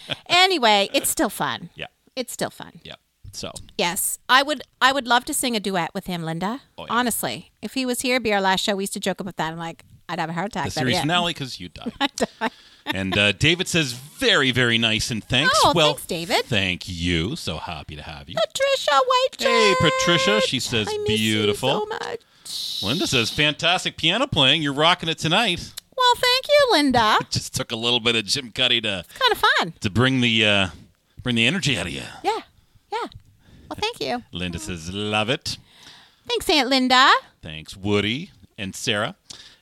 Speaker 1: anyway, it's still fun.
Speaker 2: Yeah.
Speaker 1: It's still fun.
Speaker 2: Yeah. So
Speaker 1: Yes, I would. I would love to sing a duet with him, Linda.
Speaker 2: Oh, yeah.
Speaker 1: Honestly, if he was here, it'd be our last show. We used to joke about that. I'm like, I'd have a heart attack.
Speaker 2: the
Speaker 1: that'd be
Speaker 2: series
Speaker 1: it.
Speaker 2: finale because you died. and uh, David says, very, very nice and thanks.
Speaker 1: Oh,
Speaker 2: well,
Speaker 1: thanks, David.
Speaker 2: Thank you. So happy to have you.
Speaker 1: Patricia White.
Speaker 2: Hey, Patricia. She says, beautiful.
Speaker 1: so much.
Speaker 2: Linda says, fantastic piano playing. You're rocking it tonight.
Speaker 1: Well, thank you, Linda.
Speaker 2: Just took a little bit of Jim Cuddy to,
Speaker 1: kind of fun.
Speaker 2: to bring the uh, bring the energy out of you.
Speaker 1: Yeah, yeah. Well, thank you.
Speaker 2: Linda says, love it.
Speaker 1: Thanks, Aunt Linda.
Speaker 2: Thanks, Woody and Sarah.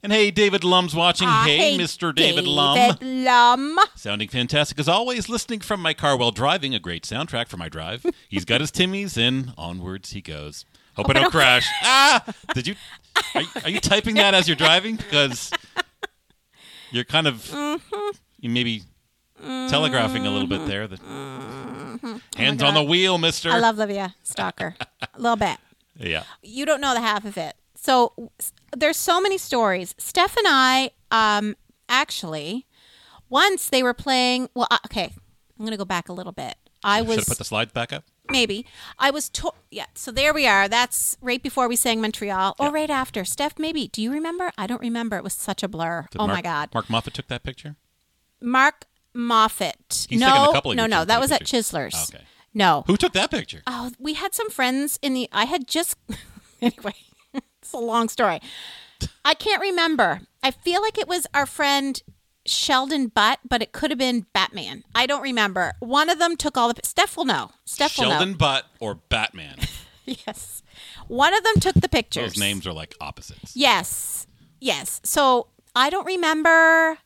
Speaker 2: And hey, David Lum's watching.
Speaker 1: Ah,
Speaker 2: hey, Mr. David, Lum.
Speaker 1: David Lum.
Speaker 2: Sounding fantastic as always, listening from my car while driving, a great soundtrack for my drive. He's got his Timmies and onwards he goes. Hope, I don't, crash. ah! Did you are, you- are you typing that as you're driving? Because you're kind of
Speaker 1: Mm-hmm.
Speaker 2: you maybe telegraphing a little bit there. That,
Speaker 1: Mm-hmm.
Speaker 2: Hands on the wheel, mister.
Speaker 1: Oh I love Livia Stalker a little bit.
Speaker 2: yeah.
Speaker 1: you don't know the half of it. So s- there's so many stories. Steph and I, um, actually, once they were playing. Well, uh, okay, I'm gonna go back a little bit. I
Speaker 2: Should have
Speaker 1: was
Speaker 2: put the slides back up.
Speaker 1: maybe I was to- yeah. So there we are. That's right before we sang Montreal, or right after. Steph, maybe do you remember? I don't remember. It was such a blur.
Speaker 2: Did
Speaker 1: oh
Speaker 2: Mark-
Speaker 1: my god,
Speaker 2: Mark Moffat took that picture?
Speaker 1: Mark Moffat.
Speaker 2: He's taken
Speaker 1: no,
Speaker 2: a couple of
Speaker 1: no,
Speaker 2: your
Speaker 1: no.
Speaker 2: Jim
Speaker 1: That
Speaker 2: Kelly
Speaker 1: was at
Speaker 2: pictures.
Speaker 1: Chisler's.
Speaker 2: Okay.
Speaker 1: No,
Speaker 2: Who took that picture?
Speaker 1: Oh, we had some friends in the. I had just. anyway, it's a long story. I can't remember. I feel like it was our friend Sheldon Butt, but it could have been Batman. I don't remember. One of them took all the. Steph will know. Steph will
Speaker 2: Sheldon
Speaker 1: know.
Speaker 2: Butt or Batman?
Speaker 1: Yes. One of them took the pictures.
Speaker 2: Those names are like opposites.
Speaker 1: Yes. Yes. So I don't remember.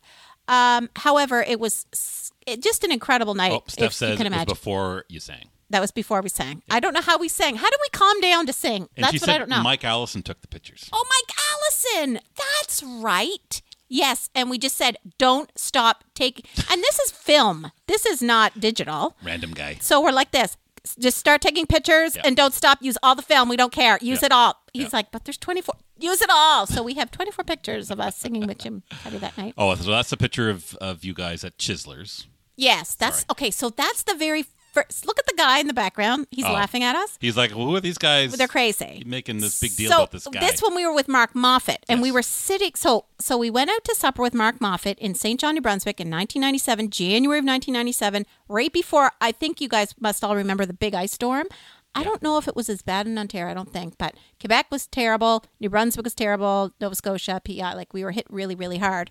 Speaker 1: Um, however, it was s- it, just an incredible night.
Speaker 2: Oh, Steph
Speaker 1: if
Speaker 2: says
Speaker 1: you can
Speaker 2: it was
Speaker 1: imagine.
Speaker 2: before you sang.
Speaker 1: that was before we sang. I don't know how we sang. How did we calm down to sing?
Speaker 2: And
Speaker 1: That's
Speaker 2: she
Speaker 1: what
Speaker 2: said
Speaker 1: I don't know.
Speaker 2: Mike Allison took the pictures.
Speaker 1: Oh, Mike Allison. That's right. Yes. And we just said, don't stop taking. And this is film, this is not digital.
Speaker 2: Random guy.
Speaker 1: So we're like this just start taking pictures
Speaker 2: Yeah.
Speaker 1: and don't stop. Use all the film. We don't care. Use
Speaker 2: Yeah.
Speaker 1: it all. He's
Speaker 2: Yeah.
Speaker 1: like, but there's 24. Use it all. So we have 24 pictures of us singing with Jim Cuddy that night.
Speaker 2: Oh, so that's a picture of, of you guys at Chisler's.
Speaker 1: Yes. That's okay. So that's the very first. Look at the guy in the background. He's
Speaker 2: Oh.
Speaker 1: laughing at us.
Speaker 2: He's like, who are these guys?
Speaker 1: They're crazy.
Speaker 2: Making this big deal
Speaker 1: so
Speaker 2: about this guy.
Speaker 1: when we were with Mark Moffat, and we
Speaker 2: Yes.
Speaker 1: were sitting. So so we went out to supper with Mark Moffat in St. John, New Brunswick, in 1997, January of 1997, right before I think you guys must all remember the big ice storm. I don't know if it was as bad in Ontario. I don't think, but Quebec was terrible. New Brunswick was terrible. Nova Scotia, PI, like we were hit really, really hard.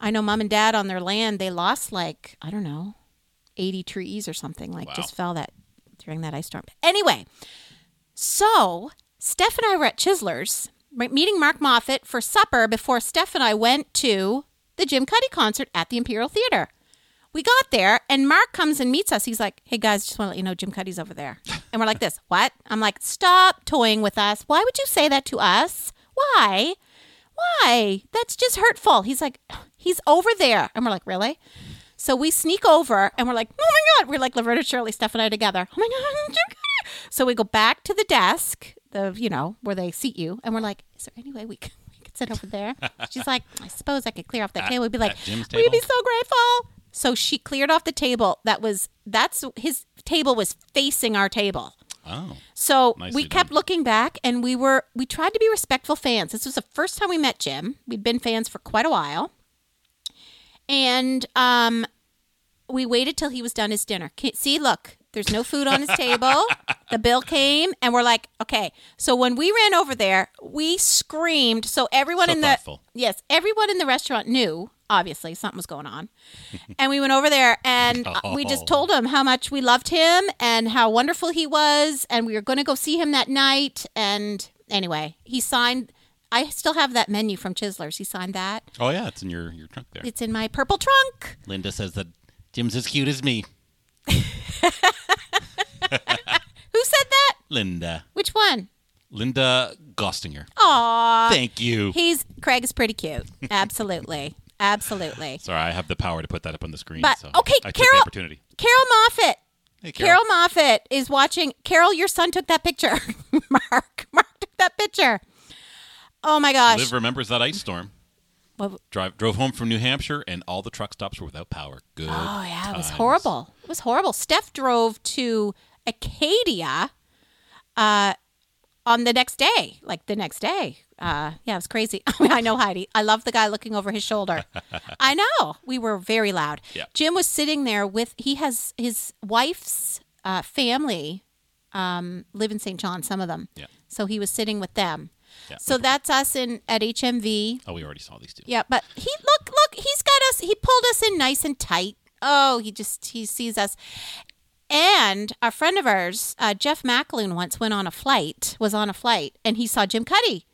Speaker 1: I know mom and dad on their land, they lost like, I don't know, 80 trees or something, like just fell that during that ice storm. Anyway, so Steph and I were at Chisler's right, meeting Mark Moffat for supper before Steph and I went to the Jim Cuddy concert at the Imperial Theater. We got there and Mark comes and meets us. He's like, Hey guys, just want to let you know Jim Cuddy's over there. And we're like, This, what? I'm like, Stop toying with us. Why would you say that to us? Why? Why? That's just hurtful. He's like, He's over there. And we're like, Really? So we sneak over and we're like, oh my God. We're like Laverne and Shirley, Steph and I together. Oh my God. Jim Cuddy. So we go back to the desk, the, you know, where they seat you. And we're like, is there any way we can, we can sit over there? She's like, I suppose I could clear off that table. We'd be like,
Speaker 2: at Jim's
Speaker 1: we'd be
Speaker 2: table?
Speaker 1: so grateful. So she cleared off the table that was that's his table was facing our table.
Speaker 2: Oh.
Speaker 1: So
Speaker 2: Nicely
Speaker 1: we kept
Speaker 2: done.
Speaker 1: looking back and we were we tried to be respectful fans. This was the first time we met Jim. We'd been fans for quite a while. And um we waited till he was done his dinner. Can- See, look, there's no food on his table. the bill came and we're like, okay. So when we ran over there, we screamed so everyone
Speaker 2: So
Speaker 1: in the
Speaker 2: thoughtful.
Speaker 1: Yes, everyone in the restaurant knew, obviously, something was going on. and we went over there and uh, we just
Speaker 2: Oh.
Speaker 1: told him how much we loved him and how wonderful he was. And we were going to go see him that night. And anyway, he signed. I still have that menu from Chisler's. He signed that.
Speaker 2: Oh yeah, it's in your your trunk there.
Speaker 1: It's in my purple trunk.
Speaker 2: Linda says that Jim's as cute as me.
Speaker 1: Who said that?
Speaker 2: Linda.
Speaker 1: Which one?
Speaker 2: Linda Gostinger.
Speaker 1: Aw.
Speaker 2: Thank you.
Speaker 1: He's Craig is pretty cute. Absolutely. Absolutely.
Speaker 2: Sorry, I have the power to put that up on the screen.
Speaker 1: But-
Speaker 2: so
Speaker 1: okay,
Speaker 2: I took
Speaker 1: Carol-
Speaker 2: the opportunity.
Speaker 1: Carol Moffat.
Speaker 2: Hey, Carol.
Speaker 1: Carol Moffat is watching. Carol, your son took that picture. Mark, Mark took that picture. Oh my gosh.
Speaker 2: Liv remembers that ice storm.
Speaker 1: What-
Speaker 2: Drive drove home from New Hampshire, and all the truck stops were without power. Good.
Speaker 1: Oh yeah, it was
Speaker 2: times.
Speaker 1: horrible. It was horrible. Steph drove to Acadia uh, on the next day, like the next day. Uh, yeah, it was crazy. I mean, I know Heidi. I love the guy looking over his shoulder. I know. We were very loud.
Speaker 2: Yeah.
Speaker 1: Jim was sitting there with he has his wife's uh, family um, live in St. John. Some of them.
Speaker 2: Yeah.
Speaker 1: So he was sitting with them.
Speaker 2: Yeah.
Speaker 1: So that's us in at HMV.
Speaker 2: Oh, we already saw these two.
Speaker 1: Yeah, but he look look he's got us he pulled us in nice and tight. Oh, he just he sees us. And a friend of ours, uh, Jeff McAloon, once went on a flight, was on a flight, and he saw Jim Cuddy.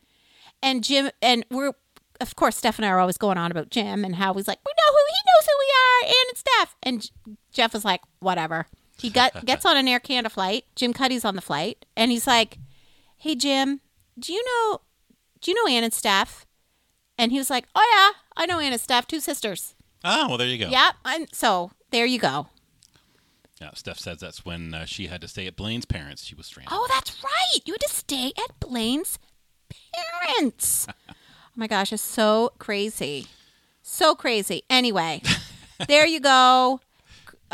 Speaker 1: And Jim and we're of course Steph and I are always going on about Jim and how he's like, we know who he knows who we are, and it's Steph. And J- Jeff is like, whatever. He got gets on an Air Canada flight. Jim Cuddy's on the flight, and he's like, hey Jim, do you know do you know Ann and Steph? And he was like, Oh, yeah, I know Anna's staff, two sisters.
Speaker 2: Oh, well, there you go.
Speaker 1: Yeah. And so there you go.
Speaker 2: Yeah, Steph says that's when uh, she had to stay at Blaine's parents. She was stranded.
Speaker 1: Oh, that's right. You had to stay at Blaine's parents. oh my gosh, it's so crazy. So crazy. Anyway, there you go.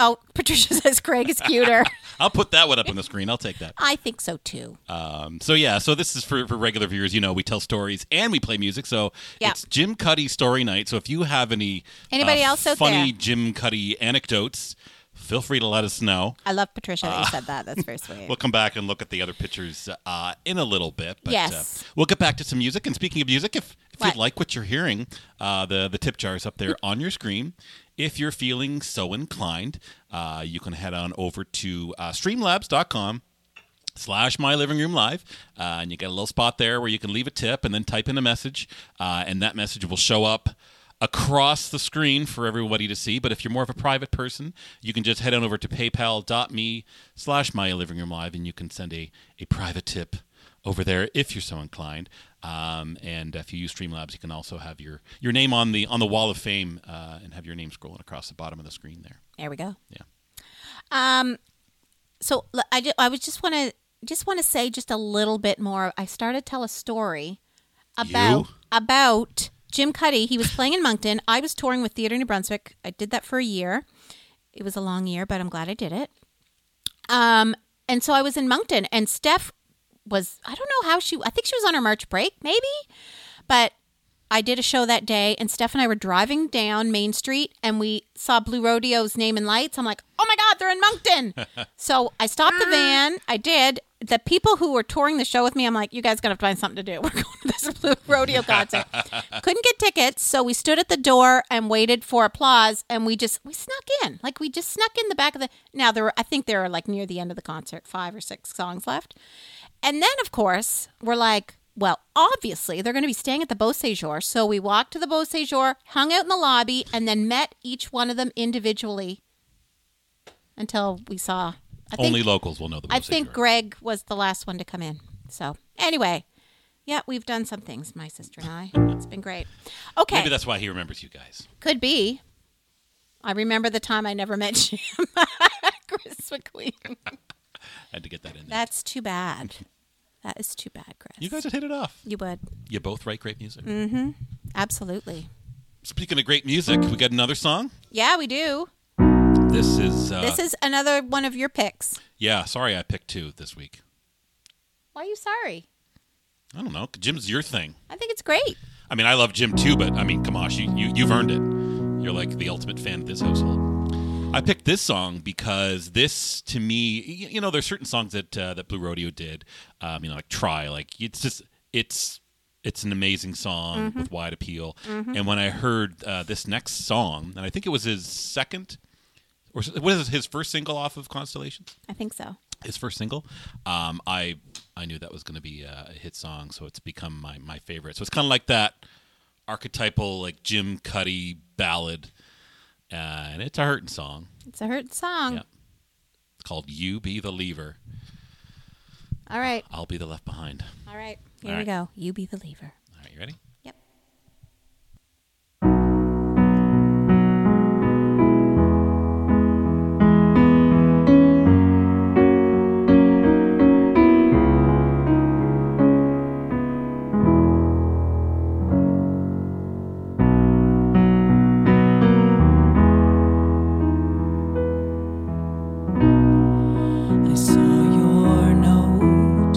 Speaker 1: Oh, Patricia says Craig is cuter.
Speaker 2: I'll put that one up on the screen. I'll take that.
Speaker 1: I think so too.
Speaker 2: Um, so yeah, so this is for, for regular viewers. You know, we tell stories and we play music. So
Speaker 1: Yeah.
Speaker 2: it's Jim Cuddy story night. So if you have any uh,
Speaker 1: Anybody else out
Speaker 2: funny
Speaker 1: there?
Speaker 2: Jim Cuddy anecdotes, feel free to let us know.
Speaker 1: I love Patricia that you said that. That's very sweet.
Speaker 2: We'll come back and look at the other pictures uh, in a little bit. But,
Speaker 1: Yes.
Speaker 2: Uh, we'll get back to some music. And speaking of music, if, if
Speaker 1: What?
Speaker 2: you'd like what you're hearing, uh, the, the tip jar is up there on your screen. If you're feeling so inclined, uh, you can head on over to uh, streamlabs.com slash my living room live uh, and you get a little spot there where you can leave a tip and then type in a message uh, and that message will show up across the screen for everybody to see but if you're more of a private person you can just head on over to paypal.me slash my living room live and you can send a, a private tip over there if you're so inclined um, and if you use streamlabs you can also have your, your name on the on the wall of fame uh, and have your name scrolling across the bottom of the screen there
Speaker 1: There we go.
Speaker 2: Yeah.
Speaker 1: Um. So l- I ju- I was just want to just want to say just a little bit more. I started to tell a story about
Speaker 2: You?
Speaker 1: about Jim Cuddy. He was playing in Moncton. I was touring with Theater New Brunswick. I did that for a year. It was a long year, but I'm glad I did it. Um. And so I was in Moncton, and Steph was I don't know how she. I think she was on her March break, maybe, but. I did a show that day, and Steph and I were driving down Main Street, and we saw Blue Rodeo's name and lights. I'm like, oh my God, they're in Moncton. so I stopped the van. I did. The people who were touring the show with me, I'm like, you guys got to find something to do. We're going to this Blue Rodeo concert. Couldn't get tickets, so we stood at the door and waited for applause, and we just, we snuck in. Like, we just snuck in the back of the, now there were, I think there were like near the end of the concert, five or six songs left. And then, of course, we're like, well, obviously, they're going to be staying at the Beau Séjour. So we walked to the Beau Séjour, hung out in the lobby, and then met each one of them individually until we saw. I think,
Speaker 2: only locals will know the
Speaker 1: I
Speaker 2: Mosaic
Speaker 1: think
Speaker 2: Girl.
Speaker 1: Greg was the last one to come in. So anyway, yeah, we've done some things, my sister and I. It's been great. Okay,
Speaker 2: maybe that's why he remembers you guys
Speaker 1: could be. I remember the time I never met Jim, Chris McQueen.
Speaker 2: had to get that in there
Speaker 1: That's too bad. That is too bad, Chris.
Speaker 2: You guys would hit it off.
Speaker 1: you would.
Speaker 2: You both write great music.
Speaker 1: Mm. Absolutely.
Speaker 2: Speaking of great music, we got another song.
Speaker 1: Yeah, we do.
Speaker 2: This is uh,
Speaker 1: This is another one of your picks.
Speaker 2: yeah. Sorry, I picked two this week.
Speaker 1: Why are you sorry?
Speaker 2: I don't know. Jim's your thing.
Speaker 1: I think it's great.
Speaker 2: I mean, I love Jim too, but I mean, Kamash, you, you you've earned it. You're like the ultimate fan of this household. I picked this song because this, to me, y- you know, there's certain songs that uh, that Blue Rodeo did, um, you know, like "Try," like it's just it's it's an amazing song with wide appeal. And when I heard uh, this next song, and I think it was his second, or s- what is it, his first single off of Constellations?
Speaker 1: I think so.
Speaker 2: his first single. Um, I I knew that was going to be uh, a hit song, so it's become my my favorite. So it's kind of like that archetypal like Jim Cuddy ballad, uh, and it's a hurting song.
Speaker 1: It's a hurt song.
Speaker 2: Yeah. It's called "You Be the Lever,
Speaker 1: All right.
Speaker 2: I'll Be the Left Behind."
Speaker 1: All right. Here
Speaker 2: All
Speaker 1: we
Speaker 2: right.
Speaker 1: go. You be the lever.
Speaker 2: All right, you ready?
Speaker 1: Yep.
Speaker 3: I saw your note,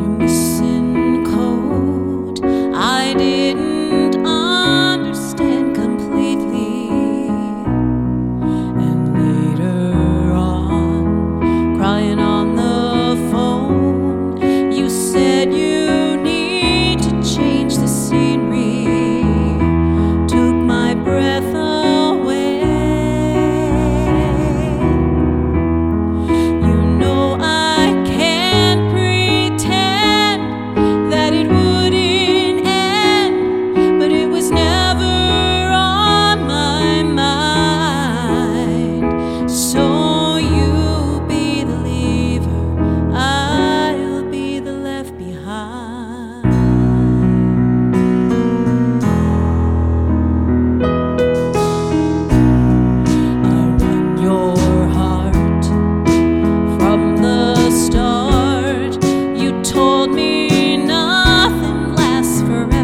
Speaker 3: your missing code. I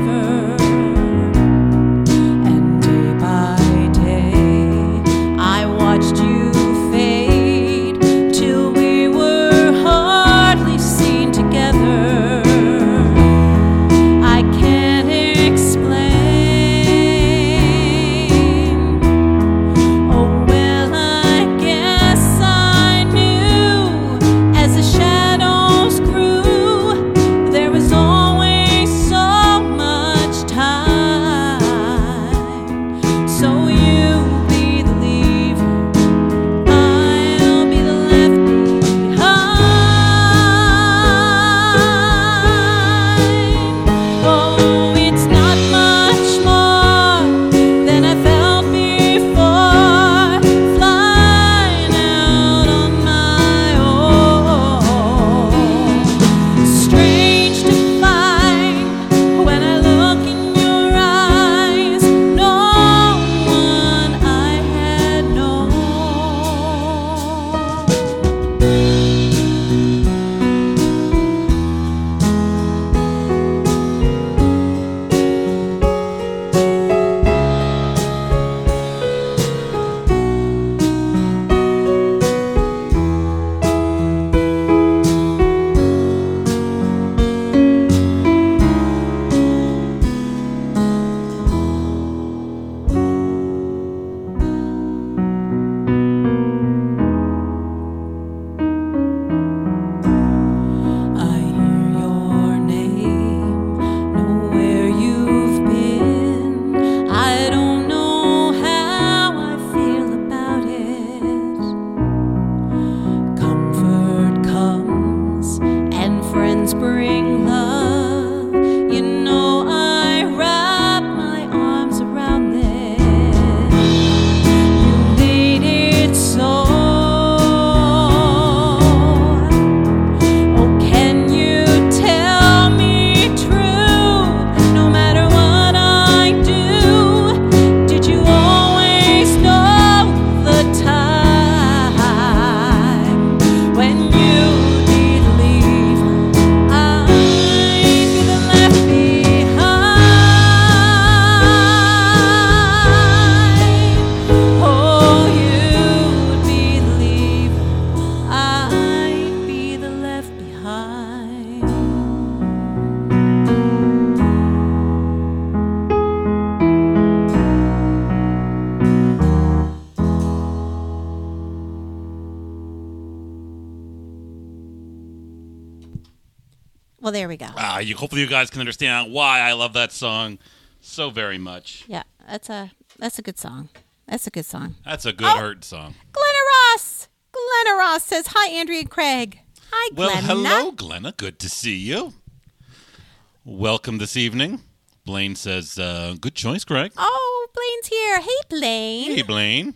Speaker 3: Oh, Oh, Oh,
Speaker 1: there we go.
Speaker 2: Ah, you, hopefully you guys can understand why I love that song so very much.
Speaker 1: Yeah, that's a that's a good song. That's a good song.
Speaker 2: That's a good
Speaker 1: Oh.
Speaker 2: hurt song.
Speaker 1: Glenna Ross. Glenna Ross says hi, Andrea and Craig. Hi,
Speaker 2: Well,
Speaker 1: Glenna.
Speaker 2: hello, Glenna. Good to see you. Welcome this evening. Blaine says, uh, good choice, Greg.
Speaker 1: Oh, Blaine's here. Hey, Blaine.
Speaker 2: Hey, Blaine.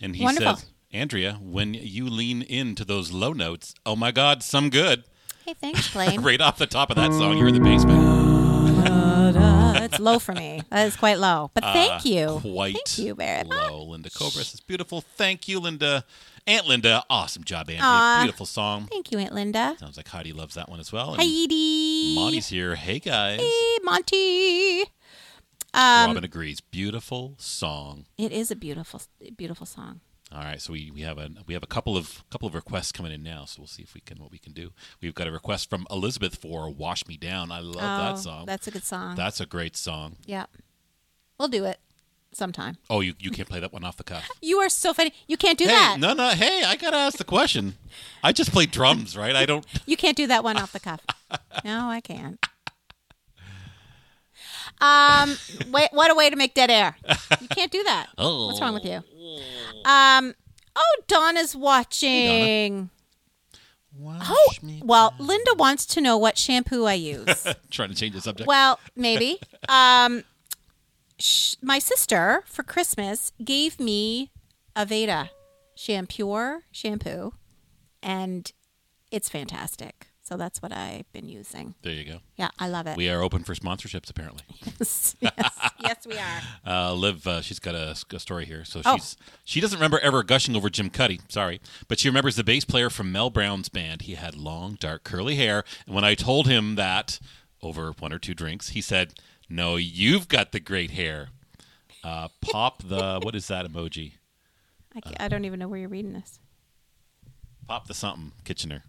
Speaker 2: And he
Speaker 1: Wonderful.
Speaker 2: says, Andrea, when you lean into those low notes, oh my God, some good.
Speaker 1: Hey, thanks, Blaine.
Speaker 2: Right off the top of that song, you're in the basement.
Speaker 1: That's low for me. That is quite low. But thank you.
Speaker 2: Uh, Quite
Speaker 1: Thank you very much.
Speaker 2: low. Linda Cobra says, beautiful. Thank you, Linda. Aunt Linda, awesome job, Andrea.
Speaker 1: Aw.
Speaker 2: Beautiful song.
Speaker 1: Thank you, Aunt Linda.
Speaker 2: Sounds like Heidi loves that one as well. And
Speaker 1: Heidi.
Speaker 2: Monty's here. Hey, guys.
Speaker 1: Hey, um, Monty.
Speaker 2: Robin agrees. Beautiful song.
Speaker 1: It is a beautiful, beautiful song.
Speaker 2: All right, so we, we have a we have a couple of couple of requests coming in now, so we'll see if we can what we can do. We've got a request from Elizabeth for "Wash Me Down." I love that
Speaker 1: Oh,
Speaker 2: song.
Speaker 1: That's a good song.
Speaker 2: That's a great song.
Speaker 1: yeah. We'll do it sometime.
Speaker 2: Oh, you, you can't play that one off the cuff.
Speaker 1: You are so funny. You can't do
Speaker 2: Hey,
Speaker 1: that.
Speaker 2: no, no, hey, I gotta ask the question. I just play drums, right? I don't.
Speaker 1: You can't do that one off the cuff. No, I can't. Um, wait, what a way to make dead air. You can't do that.
Speaker 2: Oh.
Speaker 1: What's wrong with you? Um, oh, Donna's watching.
Speaker 2: Wash
Speaker 1: Oh,
Speaker 2: me.
Speaker 1: well, Linda wants to know what shampoo I use.
Speaker 2: Trying to change the subject.
Speaker 1: well, maybe. Um, sh- my sister for Christmas gave me Aveda shampoo, shampoo, and it's fantastic. So that's what I've been using.
Speaker 2: there you go.
Speaker 1: Yeah, I love it.
Speaker 2: We are open for sponsorships, apparently.
Speaker 1: yes, yes, yes, we are.
Speaker 2: Uh, Liv, uh, she's got a, s- a story here. So
Speaker 1: Oh.
Speaker 2: she's she doesn't remember ever gushing over Jim Cuddy. Sorry, but she remembers the bass player from Mel Brown's band. He had long, dark, curly hair, and when I told him that over one or two drinks, he said, "No, you've got the great hair." Uh, pop the what is that emoji?
Speaker 1: I, ca- I don't even know where you're reading this.
Speaker 2: Pop the something Kitchener.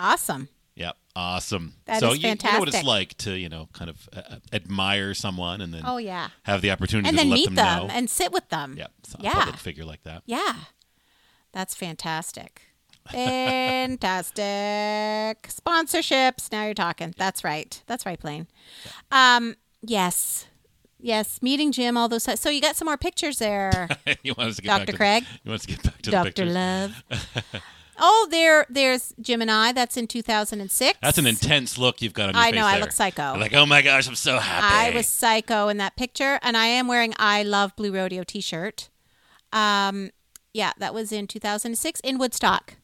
Speaker 1: Awesome.
Speaker 2: Yep, awesome.
Speaker 1: That
Speaker 2: so
Speaker 1: is
Speaker 2: you, you know what it's
Speaker 1: fantastic.
Speaker 2: like to you know kind of uh, uh, admire someone and then
Speaker 1: Oh yeah,
Speaker 2: have the opportunity
Speaker 1: and
Speaker 2: to
Speaker 1: then
Speaker 2: let
Speaker 1: meet
Speaker 2: them,
Speaker 1: them,
Speaker 2: know.
Speaker 1: and sit with them.
Speaker 2: yep, so a
Speaker 1: Yeah.
Speaker 2: public figure like that.
Speaker 1: Yeah. That's fantastic. Fantastic. Sponsorships. Now you're talking. That's right. That's right, Blaine. Um, yes. Yes. Meeting Jim, all those. So you got some more pictures there,
Speaker 2: you want us to get back
Speaker 1: Dr.
Speaker 2: to-
Speaker 1: Craig.
Speaker 2: You want us to get back to the
Speaker 1: Dr.
Speaker 2: pictures.
Speaker 1: Love. Oh, there, there's Jim and I. That's in 2006.
Speaker 2: That's an intense look you've got on your
Speaker 1: I
Speaker 2: face.
Speaker 1: know, I
Speaker 2: there.
Speaker 1: look psycho.
Speaker 2: I'm like, oh my gosh, I'm so
Speaker 1: I
Speaker 2: happy.
Speaker 1: was psycho in that picture, and I am wearing I Love Blue Rodeo t shirt. Um, yeah, that was in 2006 in Woodstock.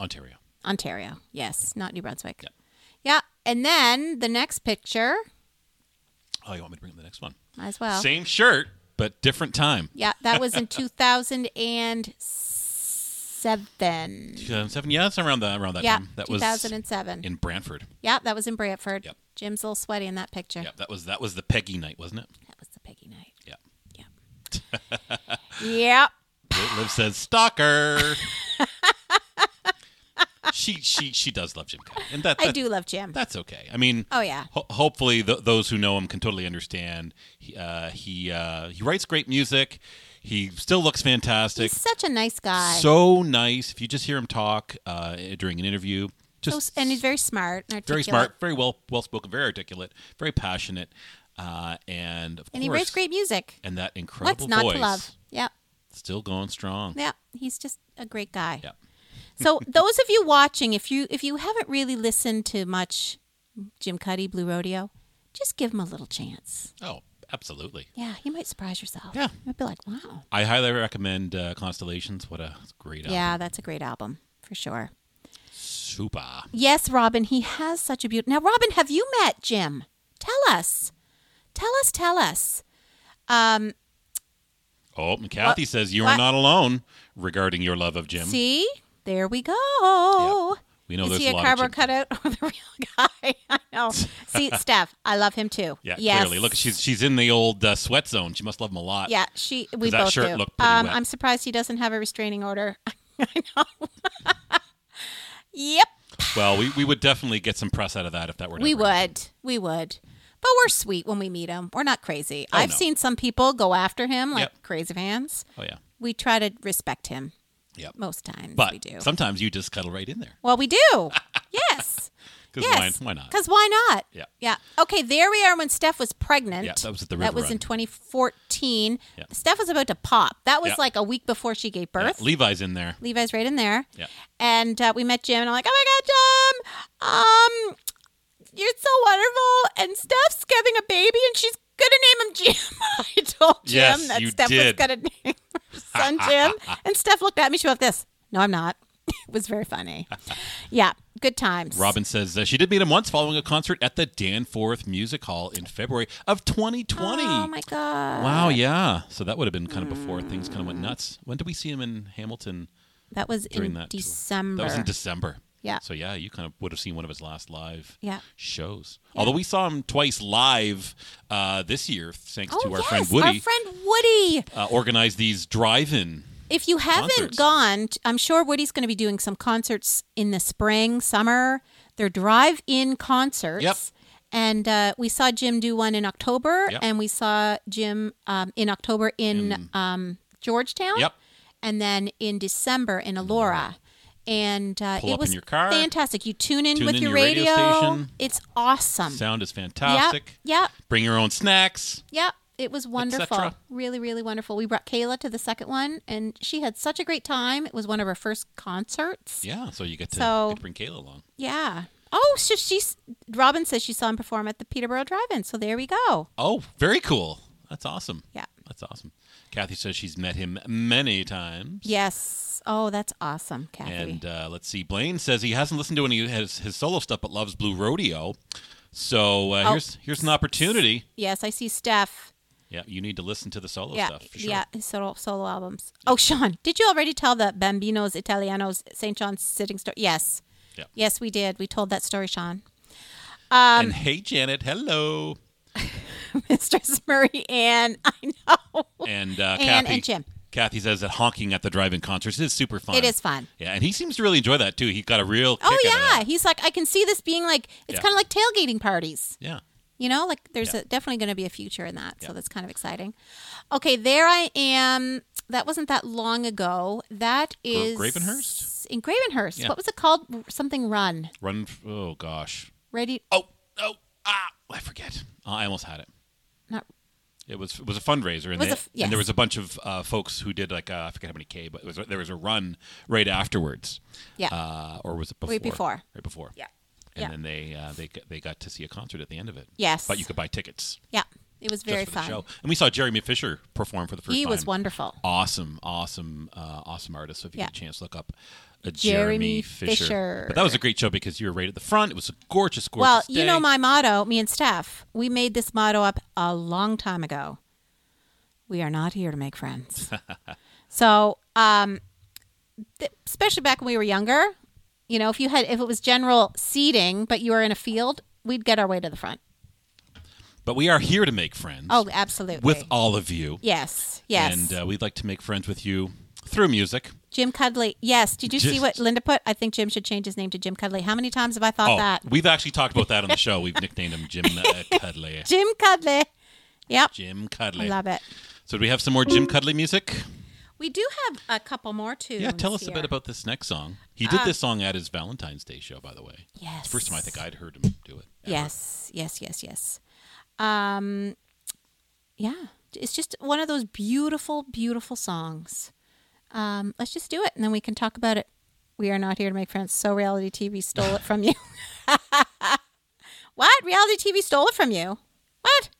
Speaker 2: Ontario.
Speaker 1: Ontario. Yes, not New Brunswick. Yeah. And then the next picture,
Speaker 2: Oh, you want me to bring up the next one?
Speaker 1: might as well.
Speaker 2: Same shirt, but different time.
Speaker 1: Yeah, that was in 2007.
Speaker 2: 2007. Yeah, that's around the around that
Speaker 1: Yeah,
Speaker 2: time. That was
Speaker 1: 2007.
Speaker 2: in Brantford.
Speaker 1: yeah, that was in Brantford.
Speaker 2: Yep.
Speaker 1: Jim's a little sweaty in that picture.
Speaker 2: Yeah, that was that was the Peggy night, wasn't it?
Speaker 1: That was the Peggy night.
Speaker 2: Yeah.
Speaker 1: Yep.
Speaker 2: Liv- Liv says stalker. she she she does love Jim Cuddy, and that,
Speaker 1: I
Speaker 2: that-
Speaker 1: do love Jim.
Speaker 2: That's okay. I mean,
Speaker 1: Oh, yeah.
Speaker 2: ho- hopefully, th- those who know him can totally understand. He uh, he uh, he writes great music. He still looks fantastic.
Speaker 1: He's such a nice guy.
Speaker 2: so nice. If you just hear him talk uh, during an interview,
Speaker 1: So
Speaker 2: just
Speaker 1: s- and he's very smart. And
Speaker 2: very
Speaker 1: articulate.
Speaker 2: smart, very well well spoken, very articulate, very passionate, uh, and of
Speaker 1: And
Speaker 2: course,
Speaker 1: he writes great music.
Speaker 2: and that incredible
Speaker 1: What's not
Speaker 2: voice,
Speaker 1: to love? Yep.
Speaker 2: still going strong.
Speaker 1: Yep. He's just a great guy.
Speaker 2: Yep.
Speaker 1: So those of you watching, if you if you haven't really listened to much Jim Cuddy Blue Rodeo, just give him a little chance.
Speaker 2: Oh, absolutely.
Speaker 1: Yeah, you might surprise yourself.
Speaker 2: Yeah.
Speaker 1: you might be like, wow.
Speaker 2: I highly recommend uh, Constellations. What a great uh, album.
Speaker 1: Yeah, that's a great album for sure.
Speaker 2: Super.
Speaker 1: Yes, Robin, he has such a beautiful. Now, Robin, have you met Jim? Tell us, tell us, tell us. Um,
Speaker 2: Oh, and Kathy says you
Speaker 1: what-
Speaker 2: are not alone regarding your love of Jim.
Speaker 1: see, there we go.
Speaker 2: We know
Speaker 1: Is
Speaker 2: there's
Speaker 1: he a
Speaker 2: a lot
Speaker 1: cardboard
Speaker 2: of Jim.
Speaker 1: cutout or the real guy? I know. See, Steph, I love him too.
Speaker 2: Yeah,
Speaker 1: yes.
Speaker 2: clearly. Look, she's she's in the old uh, sweat zone. She must love him a lot.
Speaker 1: Yeah, she. We
Speaker 2: that
Speaker 1: both
Speaker 2: shirt
Speaker 1: do.
Speaker 2: looked pretty
Speaker 1: um,
Speaker 2: wet.
Speaker 1: I'm surprised he doesn't have a restraining order. I know. yep,
Speaker 2: Well, we, we would definitely get some press out of that if that were. to
Speaker 1: we
Speaker 2: ever happen.
Speaker 1: would. We would. But we're sweet when we meet him. We're not crazy.
Speaker 2: Oh,
Speaker 1: I've
Speaker 2: no.
Speaker 1: seen some people go after him like
Speaker 2: Yep.
Speaker 1: crazy fans.
Speaker 2: Oh yeah.
Speaker 1: We try to respect him
Speaker 2: Yep.
Speaker 1: most times.
Speaker 2: But
Speaker 1: we do.
Speaker 2: sometimes you just cuddle right in there.
Speaker 1: well, we do. Yes.
Speaker 2: Because
Speaker 1: yes.
Speaker 2: why, why not?
Speaker 1: Because why not?
Speaker 2: Yeah.
Speaker 1: Yeah. Okay, there we are when Steph was pregnant.
Speaker 2: Yeah, that was at the
Speaker 1: That
Speaker 2: River
Speaker 1: was
Speaker 2: Run.
Speaker 1: in 2014.
Speaker 2: Yeah.
Speaker 1: Steph was about to pop. That was
Speaker 2: Yeah.
Speaker 1: like a week before she gave
Speaker 2: Yeah,
Speaker 1: birth.
Speaker 2: Levi's in there.
Speaker 1: Levi's right in there.
Speaker 2: Yeah.
Speaker 1: And uh, we met Jim, and I'm like, oh my God, Jim, um, you're so wonderful. And Steph's having a baby, and she's going to name him Jim. I told Jim
Speaker 2: Yes,
Speaker 1: that
Speaker 2: you
Speaker 1: Steph
Speaker 2: did.
Speaker 1: was going to name her son Jim. And Steph looked at me, she went like this. No, I'm not. it was very funny. Yeah, good times.
Speaker 2: Robin says uh, she did meet him once following a concert at the Danforth Music Hall in February of 2020.
Speaker 1: Oh my God.
Speaker 2: wow, yeah. So that would have been kind of before things kind of went nuts. When did we see him in Hamilton?
Speaker 1: That was
Speaker 2: During
Speaker 1: in
Speaker 2: that tour. That was in
Speaker 1: December.
Speaker 2: That was in December.
Speaker 1: Yeah.
Speaker 2: So yeah, you kind of would have seen one of his last live
Speaker 1: Yeah.
Speaker 2: shows. Although we saw him twice live uh, this year, thanks
Speaker 1: Oh,
Speaker 2: to our
Speaker 1: yes,
Speaker 2: friend Woody,
Speaker 1: Our friend Woody.
Speaker 2: uh, organized these drive-in.
Speaker 1: If you haven't
Speaker 2: Concerts.
Speaker 1: gone, t- I'm sure Woody's going to be doing some concerts in the spring, summer. They're drive in concerts.
Speaker 2: Yep.
Speaker 1: And uh, we saw Jim do one in October,
Speaker 2: Yep.
Speaker 1: and we saw Jim um, in October in um, Georgetown.
Speaker 2: Yep.
Speaker 1: And then in December in Elora. And uh,
Speaker 2: Pull
Speaker 1: it
Speaker 2: up in
Speaker 1: was
Speaker 2: your car.
Speaker 1: fantastic. You tune in
Speaker 2: Tune
Speaker 1: with
Speaker 2: in
Speaker 1: your,
Speaker 2: your radio station.
Speaker 1: It's awesome.
Speaker 2: Sound is
Speaker 1: yep.
Speaker 2: fantastic.
Speaker 1: Yep.
Speaker 2: Bring your own snacks.
Speaker 1: Yep. It was wonderful.
Speaker 2: cetera.
Speaker 1: Really, really wonderful. We brought Kayla to the second one and she had such a great time. It was one of her first concerts.
Speaker 2: Yeah, so you get to,
Speaker 1: So-
Speaker 2: get to bring Kayla along.
Speaker 1: Yeah. Oh, so she's Robin says she saw him perform at the Peterborough Drive In. So there we go.
Speaker 2: Oh, very cool. That's awesome.
Speaker 1: Yeah.
Speaker 2: That's awesome. Kathy says she's met him many times.
Speaker 1: Yes. Oh, that's awesome, Kathy.
Speaker 2: And uh, let's see. Blaine says he hasn't listened to any of his, his solo stuff, but loves Blue Rodeo. So uh,
Speaker 1: Oh.
Speaker 2: here's here's an opportunity.
Speaker 1: yes, I see Steph.
Speaker 2: Yeah, you need to listen to the solo
Speaker 1: yeah.
Speaker 2: stuff. For sure.
Speaker 1: Yeah, his solo solo albums. Oh, Sean, did you already tell the Bambinos Italianos St. John's sitting story? Yes.
Speaker 2: Yeah.
Speaker 1: Yes, we did. We told that story, Sean. Um,
Speaker 2: and hey, Janet, hello.
Speaker 1: Mistress Murray Ann. I know.
Speaker 2: And uh,
Speaker 1: Ann
Speaker 2: Kathy
Speaker 1: and Jim.
Speaker 2: Kathy says that honking at the drive-in concerts is super fun.
Speaker 1: It is fun.
Speaker 2: Yeah, and he seems to really enjoy that too. He got a real. Kick
Speaker 1: Oh
Speaker 2: out of
Speaker 1: yeah,
Speaker 2: that.
Speaker 1: he's like I can see this being like it's
Speaker 2: Yeah.
Speaker 1: kind of like tailgating parties.
Speaker 2: yeah.
Speaker 1: You know, like there's
Speaker 2: Yeah.
Speaker 1: a, definitely going to be a future in that.
Speaker 2: Yeah.
Speaker 1: So that's kind of exciting. Okay, there I am. That wasn't that long ago. That is
Speaker 2: Gravenhurst?
Speaker 1: In Gravenhurst.
Speaker 2: Yeah.
Speaker 1: What was it called? R- Something Run.
Speaker 2: Run. f- Oh gosh.
Speaker 1: Ready?
Speaker 2: Oh oh ah! I forget. Uh, I almost had it.
Speaker 1: Not
Speaker 2: It was it was a fundraiser, and,
Speaker 1: was
Speaker 2: they-
Speaker 1: a f- yes.
Speaker 2: and there was a bunch of uh, folks who did like uh, I forget how many K, but it was, there was a run right afterwards.
Speaker 1: Yeah.
Speaker 2: Uh, or was it before?
Speaker 1: Right before.
Speaker 2: Right before.
Speaker 1: Yeah.
Speaker 2: And
Speaker 1: Yeah.
Speaker 2: then they uh, they got- they got to see a concert at the end of it.
Speaker 1: Yes.
Speaker 2: But you could buy tickets
Speaker 1: yeah. It was very
Speaker 2: just for the
Speaker 1: fun.
Speaker 2: show, and we saw Jeremy Fisher perform for the first
Speaker 1: He
Speaker 2: time.
Speaker 1: was wonderful.
Speaker 2: Awesome, awesome, uh, awesome artist. So if you
Speaker 1: Yeah.
Speaker 2: get a chance, look up. uh,
Speaker 1: Jeremy
Speaker 2: Jeremy Fisher.
Speaker 1: Fisher.
Speaker 2: but that was a great show because you were right at the front. It was a gorgeous, gorgeous.
Speaker 1: Well, you know
Speaker 2: day.
Speaker 1: my motto, me and Steph, we made this motto up a long time ago. We are not here to make friends. so, um, th- especially back when we were younger, you know, if you had, if it was general seating, but you were in a field, we'd get our way to the front.
Speaker 2: But we are here to make friends
Speaker 1: Oh, absolutely.
Speaker 2: with all of you.
Speaker 1: yes, yes.
Speaker 2: And uh, we'd like to make friends with you through music.
Speaker 1: Jim Cudley. Yes. Did you see
Speaker 2: Just-
Speaker 1: what Linda put? I think Jim should change his name to Jim Cudley. How many times have I thought
Speaker 2: Oh,
Speaker 1: that?
Speaker 2: we've actually talked about that on the show. We've nicknamed him Jim uh, Cuddly.
Speaker 1: Jim Cudley. Yep.
Speaker 2: Jim
Speaker 1: I
Speaker 2: Cuddly.
Speaker 1: love it.
Speaker 2: So do we have some more Jim Cuddly music?
Speaker 1: We do have a couple more tunes.
Speaker 2: Yeah, tell us a
Speaker 1: here.
Speaker 2: bit about this next song. He did this song at his Valentine's Day show, by the way.
Speaker 1: Um, Yes.
Speaker 2: First time I think I'd heard him do it. ever.
Speaker 1: Yes, yes, yes, yes. Um, yeah, it's just one of those beautiful, beautiful songs. Um, let's just do it, and then we can talk about it. We are not here to make friends. So reality TV stole it from you. what? Reality TV stole it from you? What?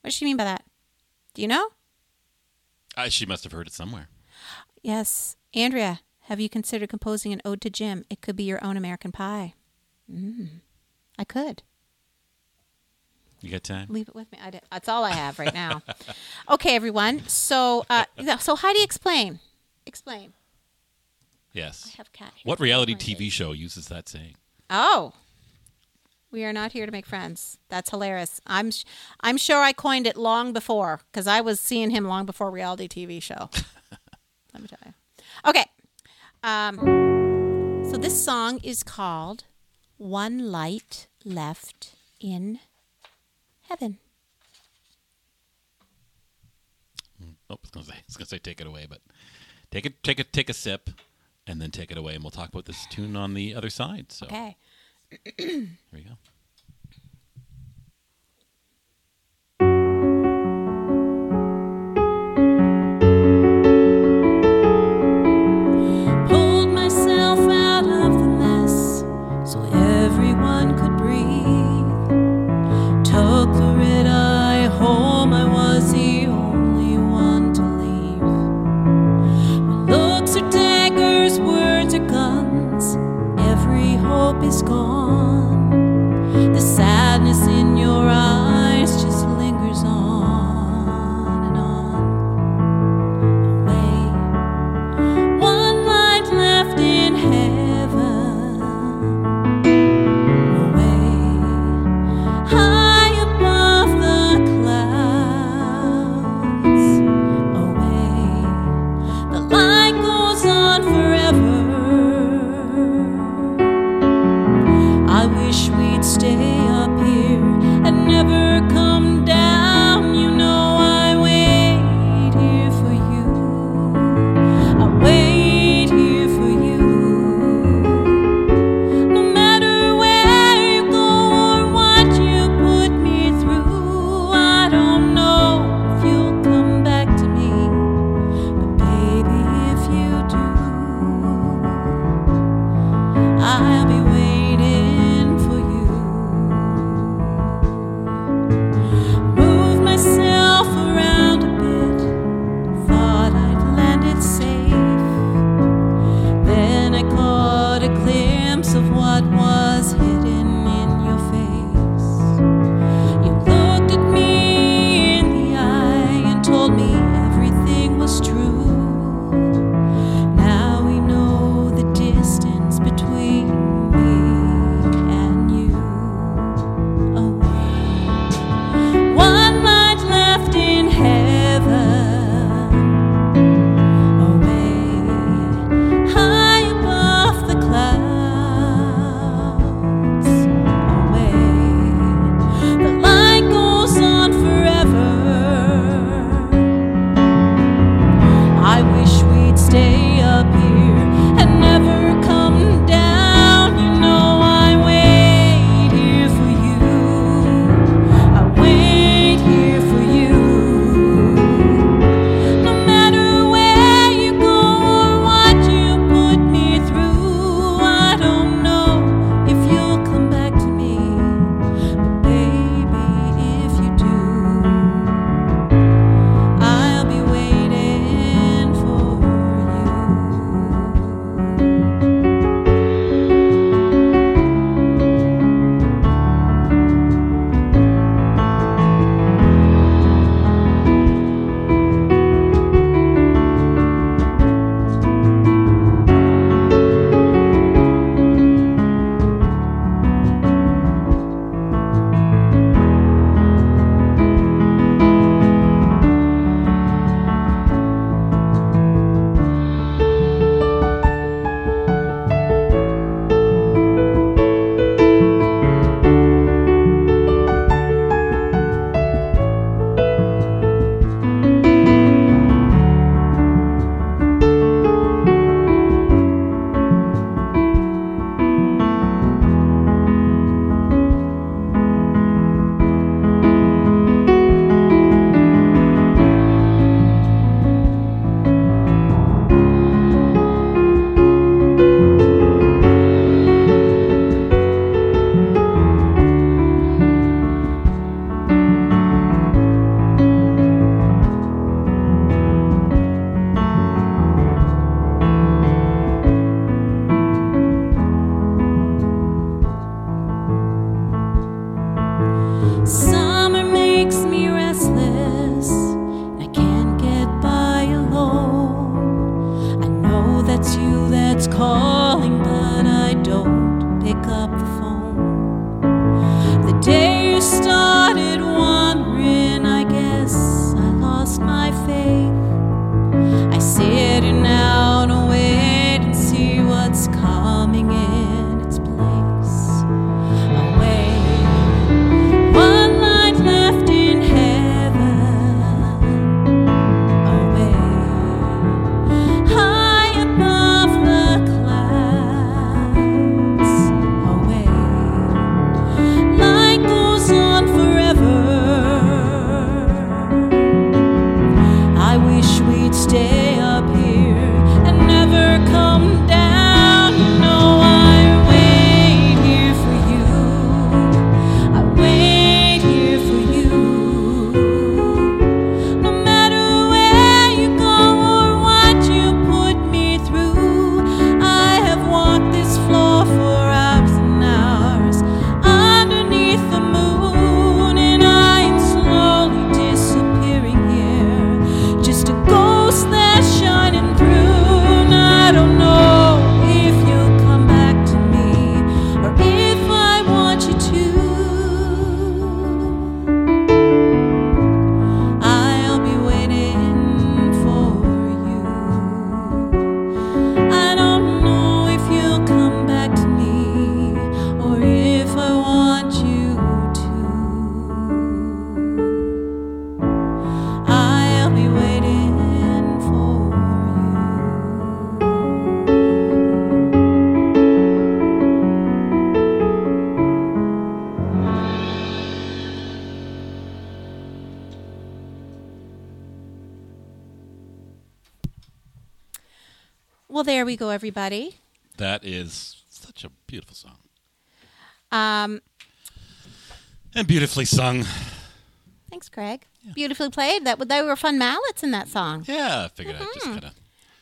Speaker 1: What does she mean by that? Do you know?
Speaker 2: Uh, she must have heard it somewhere.
Speaker 1: Yes, Andrea. Have you considered composing an ode to Jim? It could be your own American Pie. Mm, I could.
Speaker 2: You got time?
Speaker 1: leave it with me. I did. That's all I have right now. okay, everyone. So, uh, so Heidi, explain. Explain.
Speaker 2: Yes.
Speaker 1: I have cat. hair.
Speaker 2: What reality TV show uses that saying?
Speaker 1: Oh, we are not here to make friends. That's hilarious. I'm, sh- I'm sure I coined it long before because I was seeing him long before reality TV show. Let me tell you. Okay. Um, so this song is called "One Light Left in Heaven."
Speaker 2: Oh, I was gonna say, I was gonna say take it away, but take it, take it, take a sip, and then take it away, and we'll talk about this tune on the other side. So
Speaker 1: Okay.
Speaker 2: Here we go.
Speaker 3: Pulled myself out of the mess so everyone could breathe. Took Loretta home, I was the only one to leave. My looks are daggers, words are guns. Every hope is gone. The sadness in your eyes just lingers on and on. Away. One light left in heaven. Away, high above the clouds. Away, the light goes on forever. I wish we'd stay up here and never come down. You know I wait here for you. I wait here for you. No matter where you go or what you put me through, I don't know if you'll come back to me. But baby, if you do, I'll be waiting for you. Move myself around a bit thought I'd landed safe. Then I caught a glimpse of what was hidden in your face. You looked at me in the eye and told me everything was true. Now we know the distance between me and you. Oh. Away. One light left in heaven. Away, high above the clouds. Away, the light goes on forever. I wish we'd stay up here and never come down. You know I wait here for you. I wait here for you. No matter where you go or what you put me through, I don't know if you'll come back to me. But baby, if you do, I'll be waiting for you. Summer makes me restless, and I can't get by alone. I know that's you that's calling, but I don't pick up the phone. The day you started wandering, I guess I lost my faith. I sit here now and wait and see what's coming in its place. Away. One
Speaker 1: Well, there we go, everybody.
Speaker 2: That is such a beautiful song.
Speaker 1: Um,
Speaker 2: And beautifully sung.
Speaker 1: thanks, Craig. Beautifully played. That they were fun mallets in that song.
Speaker 2: Yeah, I figured I just
Speaker 1: Mm-hmm.
Speaker 2: kind of.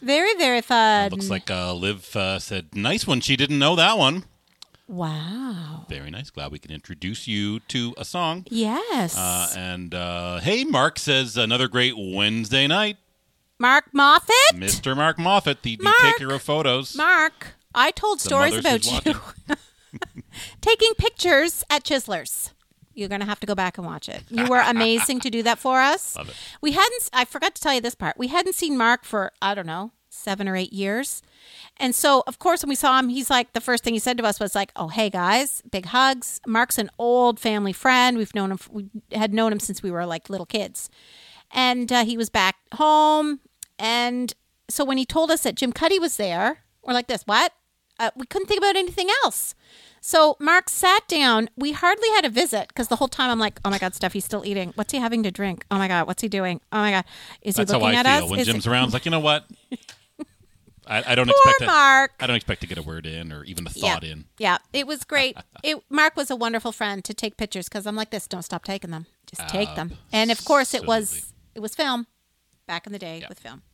Speaker 1: Very, very fun.
Speaker 2: Looks like uh, Liv uh, said, nice one. She didn't know that one.
Speaker 1: wow.
Speaker 2: Very nice. Glad we can introduce you to a song.
Speaker 1: Yes.
Speaker 2: Uh, and uh, hey, Mark says, another great Wednesday night.
Speaker 1: Mark Moffat.
Speaker 2: Mr. Mark Moffat, the, the
Speaker 1: Mark.
Speaker 2: taker of photos.
Speaker 1: Mark, I told
Speaker 2: The
Speaker 1: stories
Speaker 2: mother
Speaker 1: about
Speaker 2: she's
Speaker 1: you taking pictures at Chisler's. You're going to have to go back and watch it. You were amazing to do that for us.
Speaker 2: Love it.
Speaker 1: We hadn't, I forgot to tell you this part. We hadn't seen Mark for, I don't know, seven or eight years. And so, of course, when we saw him, he's like, the first thing he said to us was like, oh, hey, guys, big hugs. Mark's an old family friend. We've known him, we had known him since we were like little kids. And uh, he was back home. And so when he told us that Jim Cuddy was there, we're like, this, what? Uh, we couldn't think about anything else. So Mark sat down. We hardly had a visit because the whole time I'm like, oh my God, Steph, he's still eating. What's he having to drink? Oh my God, what's he doing? Oh my God, is
Speaker 2: That's
Speaker 1: he
Speaker 2: how
Speaker 1: looking
Speaker 2: I
Speaker 1: at
Speaker 2: feel
Speaker 1: us?
Speaker 2: when
Speaker 1: Is-
Speaker 2: Jim's around. It's like, you know what? I, I don't
Speaker 1: Poor
Speaker 2: expect to-
Speaker 1: Mark.
Speaker 2: I don't expect to get a word in or even a
Speaker 1: yeah,
Speaker 2: thought in.
Speaker 1: yeah, it was great. It Mark was a wonderful friend to take pictures because I'm like this. Don't stop taking them. Just take them. And of course, it was
Speaker 2: Absolutely.
Speaker 1: it was film back in the day
Speaker 2: Yeah.
Speaker 1: with film.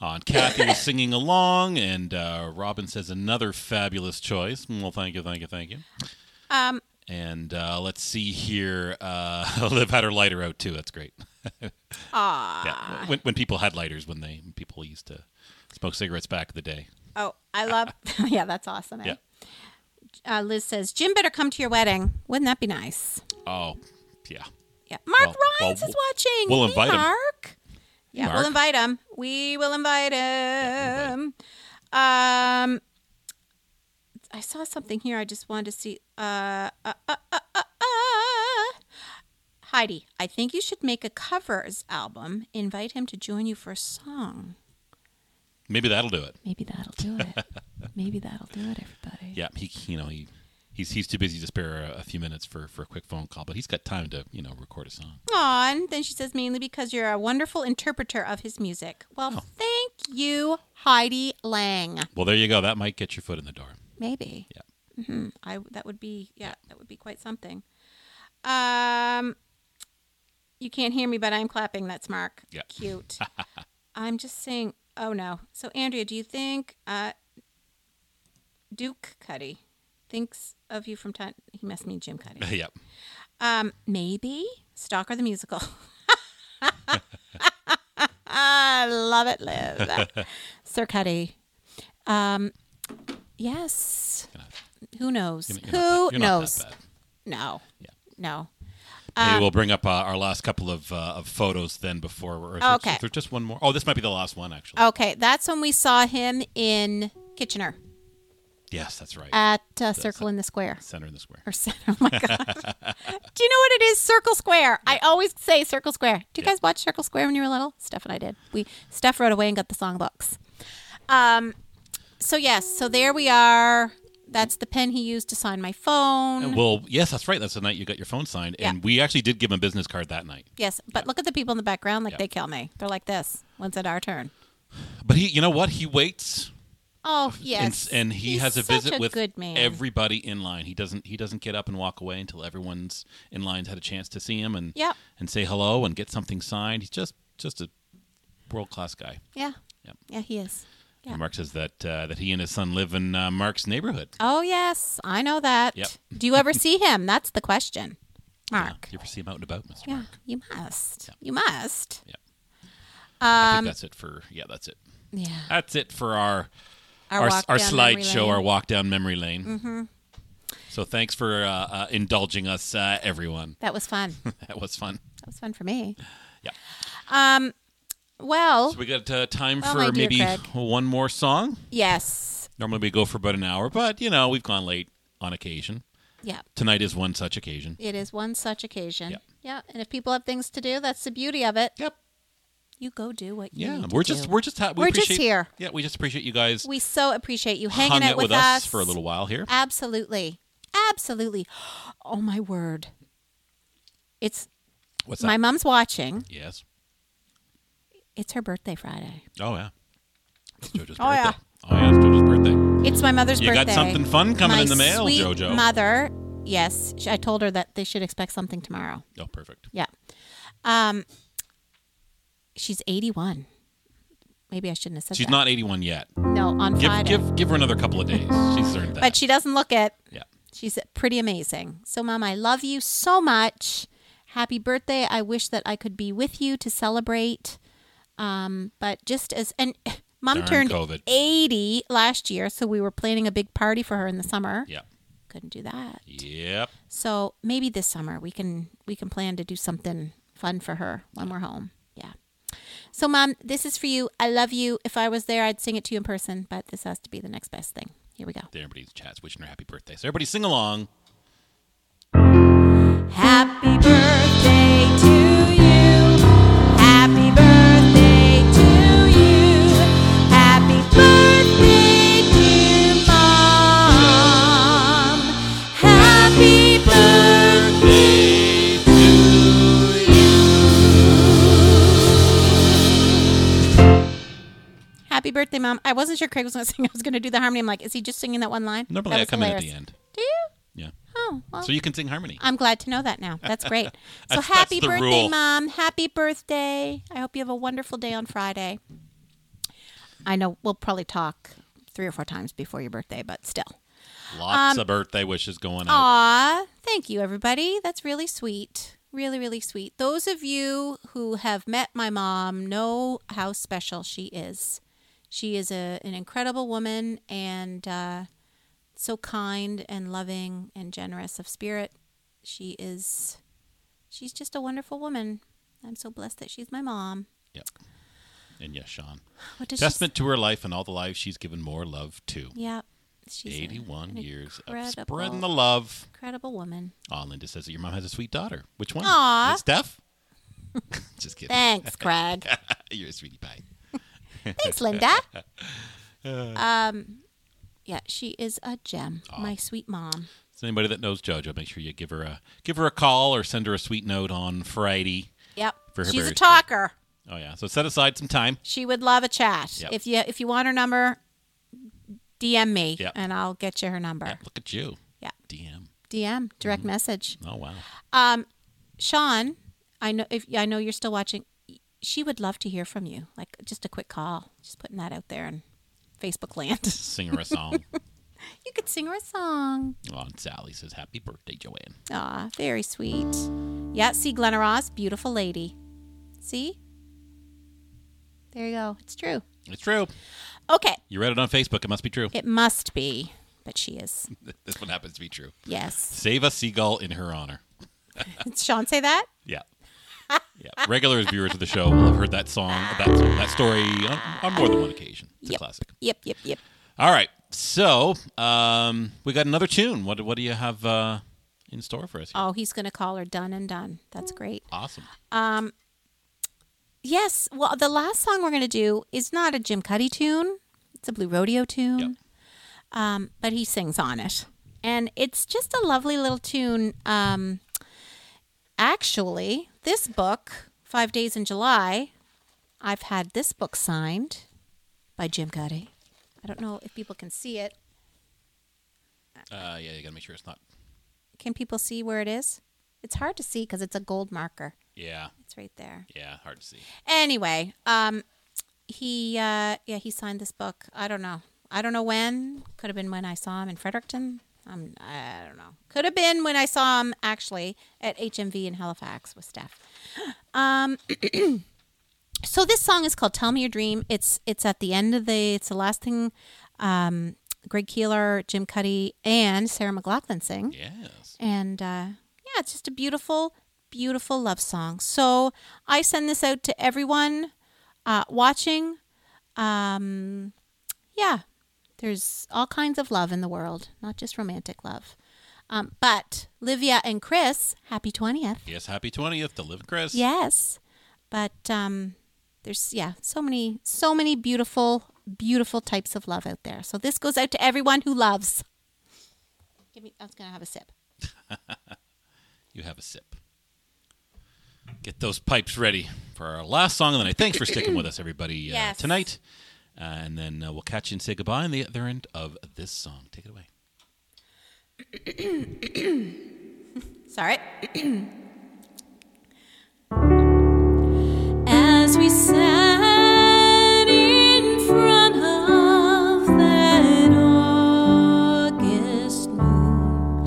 Speaker 2: On Uh, Kathy was singing along, and uh, Robin says another fabulous choice. Well, thank you, thank you, thank you.
Speaker 1: Um,
Speaker 2: And uh, let's see here. Uh, Liv had her lighter out too. That's great. yeah. When, when people had lighters, when they when people used to smoke cigarettes back in the day.
Speaker 1: Oh, I love. yeah, that's awesome. eh? Uh, Liz says Jim better come to your wedding. Wouldn't that be nice?
Speaker 2: Oh, yeah.
Speaker 1: Yeah, Mark
Speaker 2: Well,
Speaker 1: Rhines
Speaker 2: well,
Speaker 1: is watching.
Speaker 2: we'll
Speaker 1: Hey,
Speaker 2: invite him.
Speaker 1: Mark. Yeah,
Speaker 2: Mark.
Speaker 1: we'll invite him. We will invite
Speaker 2: invite
Speaker 1: him. Um, I saw something here. I just wanted to see. Uh, uh, uh, uh, uh, uh. Heidi, I think you should make a covers album. Invite him to join you for a song.
Speaker 2: Maybe that'll do it.
Speaker 3: Maybe that'll do it. Maybe that'll do it, everybody.
Speaker 2: Yeah. He, you know, he. He's, he's too busy to spare a, a few minutes for, for a quick phone call, but he's got time to you know record a song.
Speaker 1: Aw, and then she says mainly because you're a wonderful interpreter of his music. Well, thank you, Heidi Lang.
Speaker 2: Well, there you go. That might get your foot in the door.
Speaker 1: Maybe.
Speaker 2: Yeah.
Speaker 1: hmm I that would be yeah that would be quite something. Um, you can't hear me, but I'm clapping. That's Mark.
Speaker 2: Yeah.
Speaker 1: Cute. I'm just saying. Oh no. So Andrea, do you think uh, Duke Cuddy thinks of you from time? He must mean Jim Cuddy.
Speaker 2: yep.
Speaker 1: Um, maybe Stalker the musical. I love it, Liv. Sir Cuddy. Um, yes.
Speaker 2: You're not-
Speaker 1: Who knows?
Speaker 2: you're not-
Speaker 1: Who
Speaker 2: you're not that
Speaker 1: knows?
Speaker 2: bad.
Speaker 1: No.
Speaker 2: Yeah.
Speaker 1: No.
Speaker 2: Maybe we'll bring up uh, our last couple of, uh, of photos then before. Or if there's-
Speaker 1: Okay.
Speaker 2: if there's just one more. Oh, this might be the last one actually.
Speaker 1: Okay, that's when we saw him in Kitchener
Speaker 2: Yes, that's right.
Speaker 1: at uh, Circle in the Square.
Speaker 2: Center in the square.
Speaker 1: Or center. Oh my god! Do you know what it is? Circle Square. I always say Circle Square. Do you
Speaker 2: Yeah.
Speaker 1: guys watch Circle Square when you were little? Steph and I did. We Steph wrote away and got the songbooks. Um. So yes. So there we are. That's the pen he used to sign my phone.
Speaker 2: Well, yes, that's right. That's the night you got your phone signed,
Speaker 1: Yeah.
Speaker 2: and we actually did give him a business card that night.
Speaker 1: yes. But look at the people in the background. Like
Speaker 2: Yeah.
Speaker 1: they kill me. They're like this. When's it our turn?
Speaker 2: But he, you know what? He waits,
Speaker 1: Oh yes.
Speaker 2: and, and he
Speaker 1: He's
Speaker 2: has a
Speaker 1: such
Speaker 2: visit with
Speaker 1: good man.
Speaker 2: everybody in line. He doesn't. He doesn't get up and walk away until everyone's in line's had a chance to see him and
Speaker 1: Yep.
Speaker 2: and say hello and get something signed. He's just just a world class guy.
Speaker 1: Yeah.
Speaker 2: Yep.
Speaker 1: Yeah. He is. Yeah.
Speaker 2: And Mark says that uh, that he and his son live in uh, Mark's neighborhood.
Speaker 1: Oh yes, I know that.
Speaker 2: Yep.
Speaker 1: Do you ever see him? That's the question, Mark.
Speaker 2: Yeah, you ever see him out and about, Mr.
Speaker 1: Yeah,
Speaker 2: Mark?
Speaker 1: you must. You must.
Speaker 2: Yeah. I think
Speaker 1: Um,
Speaker 2: that's it for yeah, that's it.
Speaker 1: yeah.
Speaker 2: That's it for our
Speaker 1: Our
Speaker 2: our,
Speaker 1: walk
Speaker 2: our
Speaker 1: down memory
Speaker 2: slideshow,
Speaker 1: lane.
Speaker 2: our walk down memory lane. Mm-hmm. So thanks for uh, uh, indulging us, uh, everyone.
Speaker 1: That was fun. that
Speaker 2: That was fun.
Speaker 1: was fun for me.
Speaker 2: Yeah.
Speaker 1: Um, well,
Speaker 2: So we got uh, time
Speaker 1: Well, Oh, my
Speaker 2: for
Speaker 1: dear
Speaker 2: maybe
Speaker 1: Craig.
Speaker 2: one more song.
Speaker 1: yes.
Speaker 2: Normally we go for about an hour, but you know we've gone late on occasion.
Speaker 1: Yeah.
Speaker 2: Tonight is one such occasion.
Speaker 1: It is one such occasion.
Speaker 2: Yep.
Speaker 1: Yeah. And if people have things to do, that's the beauty of it.
Speaker 2: Yep.
Speaker 1: You go do what you
Speaker 2: Yeah,
Speaker 1: need to
Speaker 2: we're just
Speaker 1: do.
Speaker 2: we're just ha- we
Speaker 1: We're just
Speaker 2: appreciate-
Speaker 1: here.
Speaker 2: Yeah, we just appreciate you guys
Speaker 1: we so appreciate you hanging
Speaker 2: hung
Speaker 1: out
Speaker 2: with us, for a little while here.
Speaker 1: Absolutely. Absolutely. Oh my word. It's
Speaker 2: What's that?
Speaker 1: my mom's watching.
Speaker 2: yes.
Speaker 1: It's her birthday Friday.
Speaker 2: Oh yeah. It's JoJo's birthday.
Speaker 1: Oh, yeah.
Speaker 2: Oh, yeah, it's JoJo's birthday.
Speaker 1: It's my mother's
Speaker 2: You
Speaker 1: birthday.
Speaker 2: got something fun coming
Speaker 1: my
Speaker 2: in the mail,
Speaker 1: sweet
Speaker 2: JoJo.
Speaker 1: Mother, yes, sh- I told her that they should expect something tomorrow.
Speaker 2: oh, perfect.
Speaker 1: Yeah. Um, she's 81. Maybe I shouldn't have said
Speaker 2: She's
Speaker 1: that.
Speaker 2: not 81 yet.
Speaker 1: No, on
Speaker 2: Give,
Speaker 1: Friday.
Speaker 2: give give her another couple of days. She's earned that.
Speaker 1: but she doesn't look it.
Speaker 2: yeah.
Speaker 1: She's pretty amazing. So, Mom, I love you so much. Happy birthday. I wish that I could be with you to celebrate. Um, but just as, and Mom
Speaker 2: Darn
Speaker 1: turned
Speaker 2: COVID.
Speaker 1: 80 last year. So we were planning a big party for her in the summer.
Speaker 2: Yeah.
Speaker 1: Couldn't do that.
Speaker 2: Yep.
Speaker 1: So maybe this summer we can we can plan to do something fun for her when we're home. Yeah. So mom, this is for you. I love you. If I was there, I'd sing it to you in person, but this has to be the next best thing. Here we go.
Speaker 2: There, everybody's chat's wishing her happy birthday. So everybody sing along.
Speaker 3: Happy birthday to you. Happy birthday to you. Happy birthday, dear mom. Happy birthday to
Speaker 1: Happy birthday, mom. I wasn't sure Craig was gonna sing. I was gonna do the harmony. I'm like, is he just singing that one line?
Speaker 2: Normally
Speaker 1: that
Speaker 2: I
Speaker 1: was
Speaker 2: come in at
Speaker 1: hilarious.
Speaker 2: the end.
Speaker 1: Do you?
Speaker 2: Yeah.
Speaker 1: Oh Uh, well.
Speaker 2: So you can sing harmony.
Speaker 1: I'm glad to know that now. That's great. so
Speaker 2: That's- that's
Speaker 1: happy
Speaker 2: the
Speaker 1: birthday,
Speaker 2: rule.
Speaker 1: Mom. Happy birthday. I hope you have a wonderful day on Friday. I know we'll probably talk three or four times before your birthday, but still. um,
Speaker 2: Lots of birthday wishes
Speaker 1: oh.
Speaker 2: going out.
Speaker 1: Aw, thank you, everybody. That's really sweet. Really, really sweet. Those of you who have met my mom know how special she is. She is a, an incredible woman and uh, so kind and loving and generous of spirit. She is, she's just a wonderful woman. I'm so blessed that she's my mom.
Speaker 2: Yep. And yes, Sean.
Speaker 1: What does she s-
Speaker 2: Testament to her life and all the lives she's given more love to.
Speaker 1: Yeah, she's an
Speaker 2: 81 years of
Speaker 1: incredible-
Speaker 2: spreading the love.
Speaker 1: incredible woman.
Speaker 2: Oh, Linda says that your mom has a sweet daughter. Which one?
Speaker 1: Aw.
Speaker 2: Is it Steph? Just kidding.
Speaker 1: Thanks, Craig.
Speaker 2: You're a sweetie pie.
Speaker 1: Thanks, Linda. um, yeah, she is a gem, my sweet mom.
Speaker 2: So anybody that knows JoJo, make sure you give her a give her a call or send her a sweet note on Friday.
Speaker 1: Yep,
Speaker 2: For her
Speaker 1: she's a
Speaker 2: birthday.
Speaker 1: talker.
Speaker 2: Oh yeah. So set aside some time.
Speaker 1: She would love a chat.
Speaker 2: Yep.
Speaker 1: If you if you want her number, DM me
Speaker 2: Yep.
Speaker 1: and I'll get you her number.
Speaker 2: Ah, Look at you.
Speaker 1: Yeah,
Speaker 2: DM.
Speaker 1: DM, direct message.
Speaker 2: Oh wow.
Speaker 1: Um, Sean, I know if I know you're still watching. She would love to hear from you. Like just a quick call. Just putting that out there in Facebook land.
Speaker 2: Sing her a song.
Speaker 1: you could sing her a song.
Speaker 2: oh, and Sally says happy birthday, Joanne.
Speaker 1: Aw, very sweet. Yeah, see Glenna Ross, beautiful lady. See? There you go. It's true.
Speaker 2: It's true.
Speaker 1: Okay.
Speaker 2: You read it on Facebook. It must be true.
Speaker 1: It must be. But she is.
Speaker 2: This one happens to be true.
Speaker 1: Yes.
Speaker 2: Save a seagull in her honor.
Speaker 1: Did Sean say that?
Speaker 2: Yeah. Yeah. Regular viewers of the show will have heard that song, that, that story on, on more than one occasion. It's a
Speaker 1: Yep.
Speaker 2: classic.
Speaker 1: Yep, yep, yep.
Speaker 2: All right. So um, we got another tune. What, what do you have uh, in store for us? Here?
Speaker 1: Oh, Um, he's going to call her done and done. That's great.
Speaker 2: Awesome.
Speaker 1: Yes. Well, the last song we're going to do is not a Jim Cuddy tune. It's a Blue Rodeo tune.
Speaker 2: Yep.
Speaker 1: Um, but he sings on it. And it's just a lovely little tune. Um, actually, this book, Five Days in July, I've had this book signed by Jim Cuddy. I don't know if people can see it.
Speaker 2: Uh, yeah, you got to make sure it's not.
Speaker 1: Can people see where it is? It's hard to see because it's a gold marker.
Speaker 2: Yeah.
Speaker 1: It's right there.
Speaker 2: Yeah. Hard to see.
Speaker 1: anyway um he uh yeah he signed this book i don't know i don't know when could have been when i saw him in fredericton um, i don't know could have been when i saw him actually at hmv in halifax with steph um so this song is called tell me your dream it's it's at the end of the it's the last thing um greg keeler jim cuddy and sarah mclaughlin sing
Speaker 2: Yes.
Speaker 1: and uh, yeah, it's just a beautiful, beautiful love song. So I send this out to everyone uh, watching. Um, yeah, there's all kinds of love in the world, not just romantic love. Um, but Livia and Chris, happy 20th.
Speaker 2: Yes. Happy 20th to Liv and Chris.
Speaker 1: Yes. But um, there's, yeah, so many, so many beautiful, beautiful types of love out there. So this goes out to everyone who loves. Give me, I was going to have a sip.
Speaker 2: You have a sip. Get those pipes ready for our last song of the night. Thanks for sticking with us, everybody, uh,
Speaker 1: Yes.
Speaker 2: tonight. Uh, and then uh, we'll catch you and say goodbye on the other end of this song. Take it away.
Speaker 1: Sorry.
Speaker 3: As we sat in front of that August moon,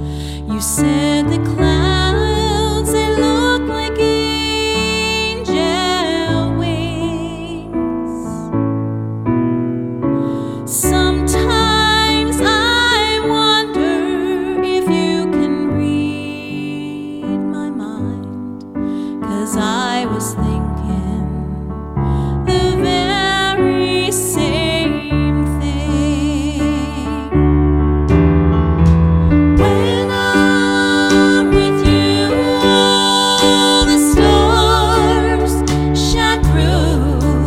Speaker 3: you said the clouds they look like angel wings. Sometimes I wonder if you can read my mind, 'cause I was thinking the very same thing. When I'm with you, all the stars shine through.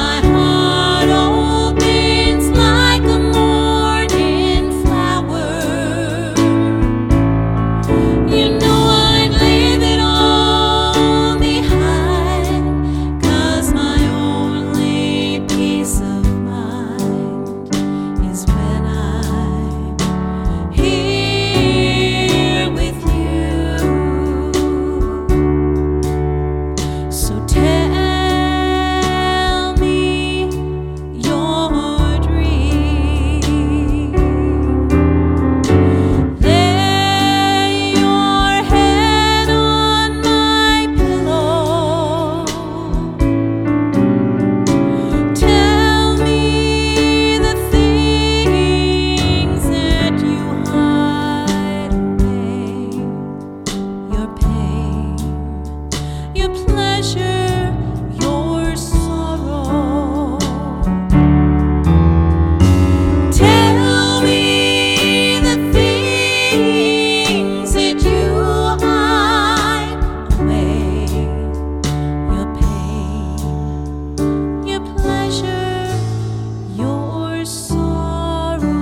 Speaker 3: My heart opens like a morning flower. You know I'd leave it all behind, 'cause my only peace of mind is when I'm here with you. So tell me your dream. Lay your head on my pillow. Tell me the things that you hide away. Your pain, your pleasure, your sorrow. Tell me the things that you hide away. Your pain, your pleasure, your sorrow.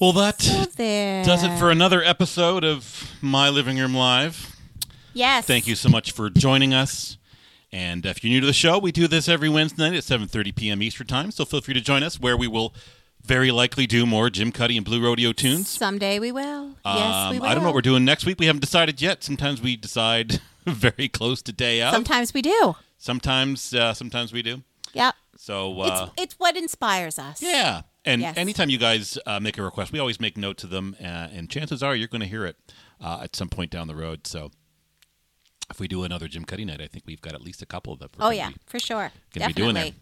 Speaker 2: Well, that
Speaker 1: So there.
Speaker 2: does it for another episode of My Living Room Live.
Speaker 1: Yes.
Speaker 2: Thank you so much for joining us. And if you're new to the show, we do this every Wednesday night at 7:30 p.m. Eastern Time. So feel free to join us, where we will very likely do more Jim Cuddy and Blue Rodeo tunes.
Speaker 1: Someday we will. yes, we
Speaker 2: Um,
Speaker 1: will.
Speaker 2: I don't know what we're doing next week. We haven't decided yet. Sometimes we decide very close to day out.
Speaker 1: Sometimes we do.
Speaker 2: sometimes, uh, sometimes we do.
Speaker 1: Yeah.
Speaker 2: So uh,
Speaker 1: it's it's what inspires us.
Speaker 2: yeah. And
Speaker 1: Yes.
Speaker 2: anytime you guys uh, make a request, we always make notes of them, uh, and chances are you're going to hear it uh, at some point down the road. So if we do another Jim Cuddy night, I think we've got at least a couple of them.
Speaker 1: Oh yeah, for sure.
Speaker 2: gonna be
Speaker 1: Definitely.
Speaker 2: doing there.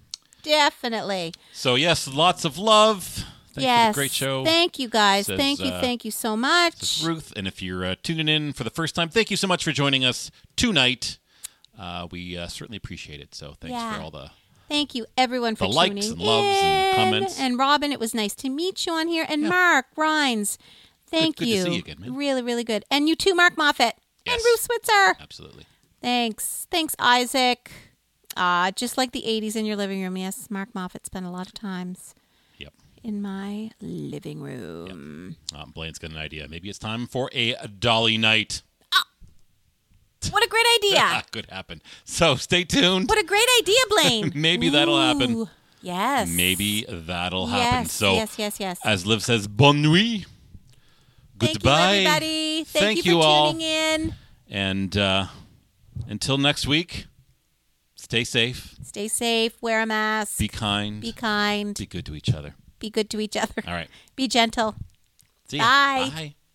Speaker 1: Definitely.
Speaker 2: So yes, lots of love. Thank you for the
Speaker 1: yes.
Speaker 2: great show.
Speaker 1: Thank you guys.
Speaker 2: Says,
Speaker 1: thank you.
Speaker 2: uh,
Speaker 1: thank you so much.
Speaker 2: This is Ruth, and if you're uh, tuning in for the first time, thank you so much for joining us tonight. Uh, we uh, certainly appreciate it. So thanks
Speaker 1: Yeah.
Speaker 2: for all the
Speaker 1: Thank you, everyone, for
Speaker 2: The likes
Speaker 1: tuning
Speaker 2: and loves and
Speaker 1: in.
Speaker 2: comments.
Speaker 1: And Robin, it was nice to meet you on here. And Mark Rhines, thank
Speaker 2: good to
Speaker 1: you.
Speaker 2: see you again, man.
Speaker 1: Really, really good. And you too, Mark Moffat and
Speaker 2: Yes.
Speaker 1: Ruth Switzer.
Speaker 2: absolutely.
Speaker 1: Thanks, thanks, Isaac. Uh, just like the '80s in your living room. Yes, Mark Moffat spent a lot of times
Speaker 2: Yep.
Speaker 1: in my living room.
Speaker 2: Um, Blaine's got an idea. Maybe it's time for a Dolly night.
Speaker 1: What a great idea!
Speaker 2: could happen. So stay tuned.
Speaker 1: what a great idea, Blaine.
Speaker 2: Maybe that'll happen.
Speaker 1: Ooh, Yes.
Speaker 2: Maybe that'll
Speaker 1: Yes.
Speaker 2: happen. So
Speaker 1: yes, yes, yes.
Speaker 2: as Liv says, bon nuit.
Speaker 1: Thank
Speaker 2: Goodbye.
Speaker 1: you, everybody. Thank,
Speaker 2: Thank
Speaker 1: you for
Speaker 2: you all.
Speaker 1: tuning in.
Speaker 2: And uh, until next week, stay safe,
Speaker 1: Stay safe. Wear a mask.
Speaker 2: be kind,
Speaker 1: Be kind.
Speaker 2: be good to each other.
Speaker 1: Be good to each other.
Speaker 2: All right.
Speaker 1: Be gentle.
Speaker 2: See ya.
Speaker 1: Bye.
Speaker 2: Bye.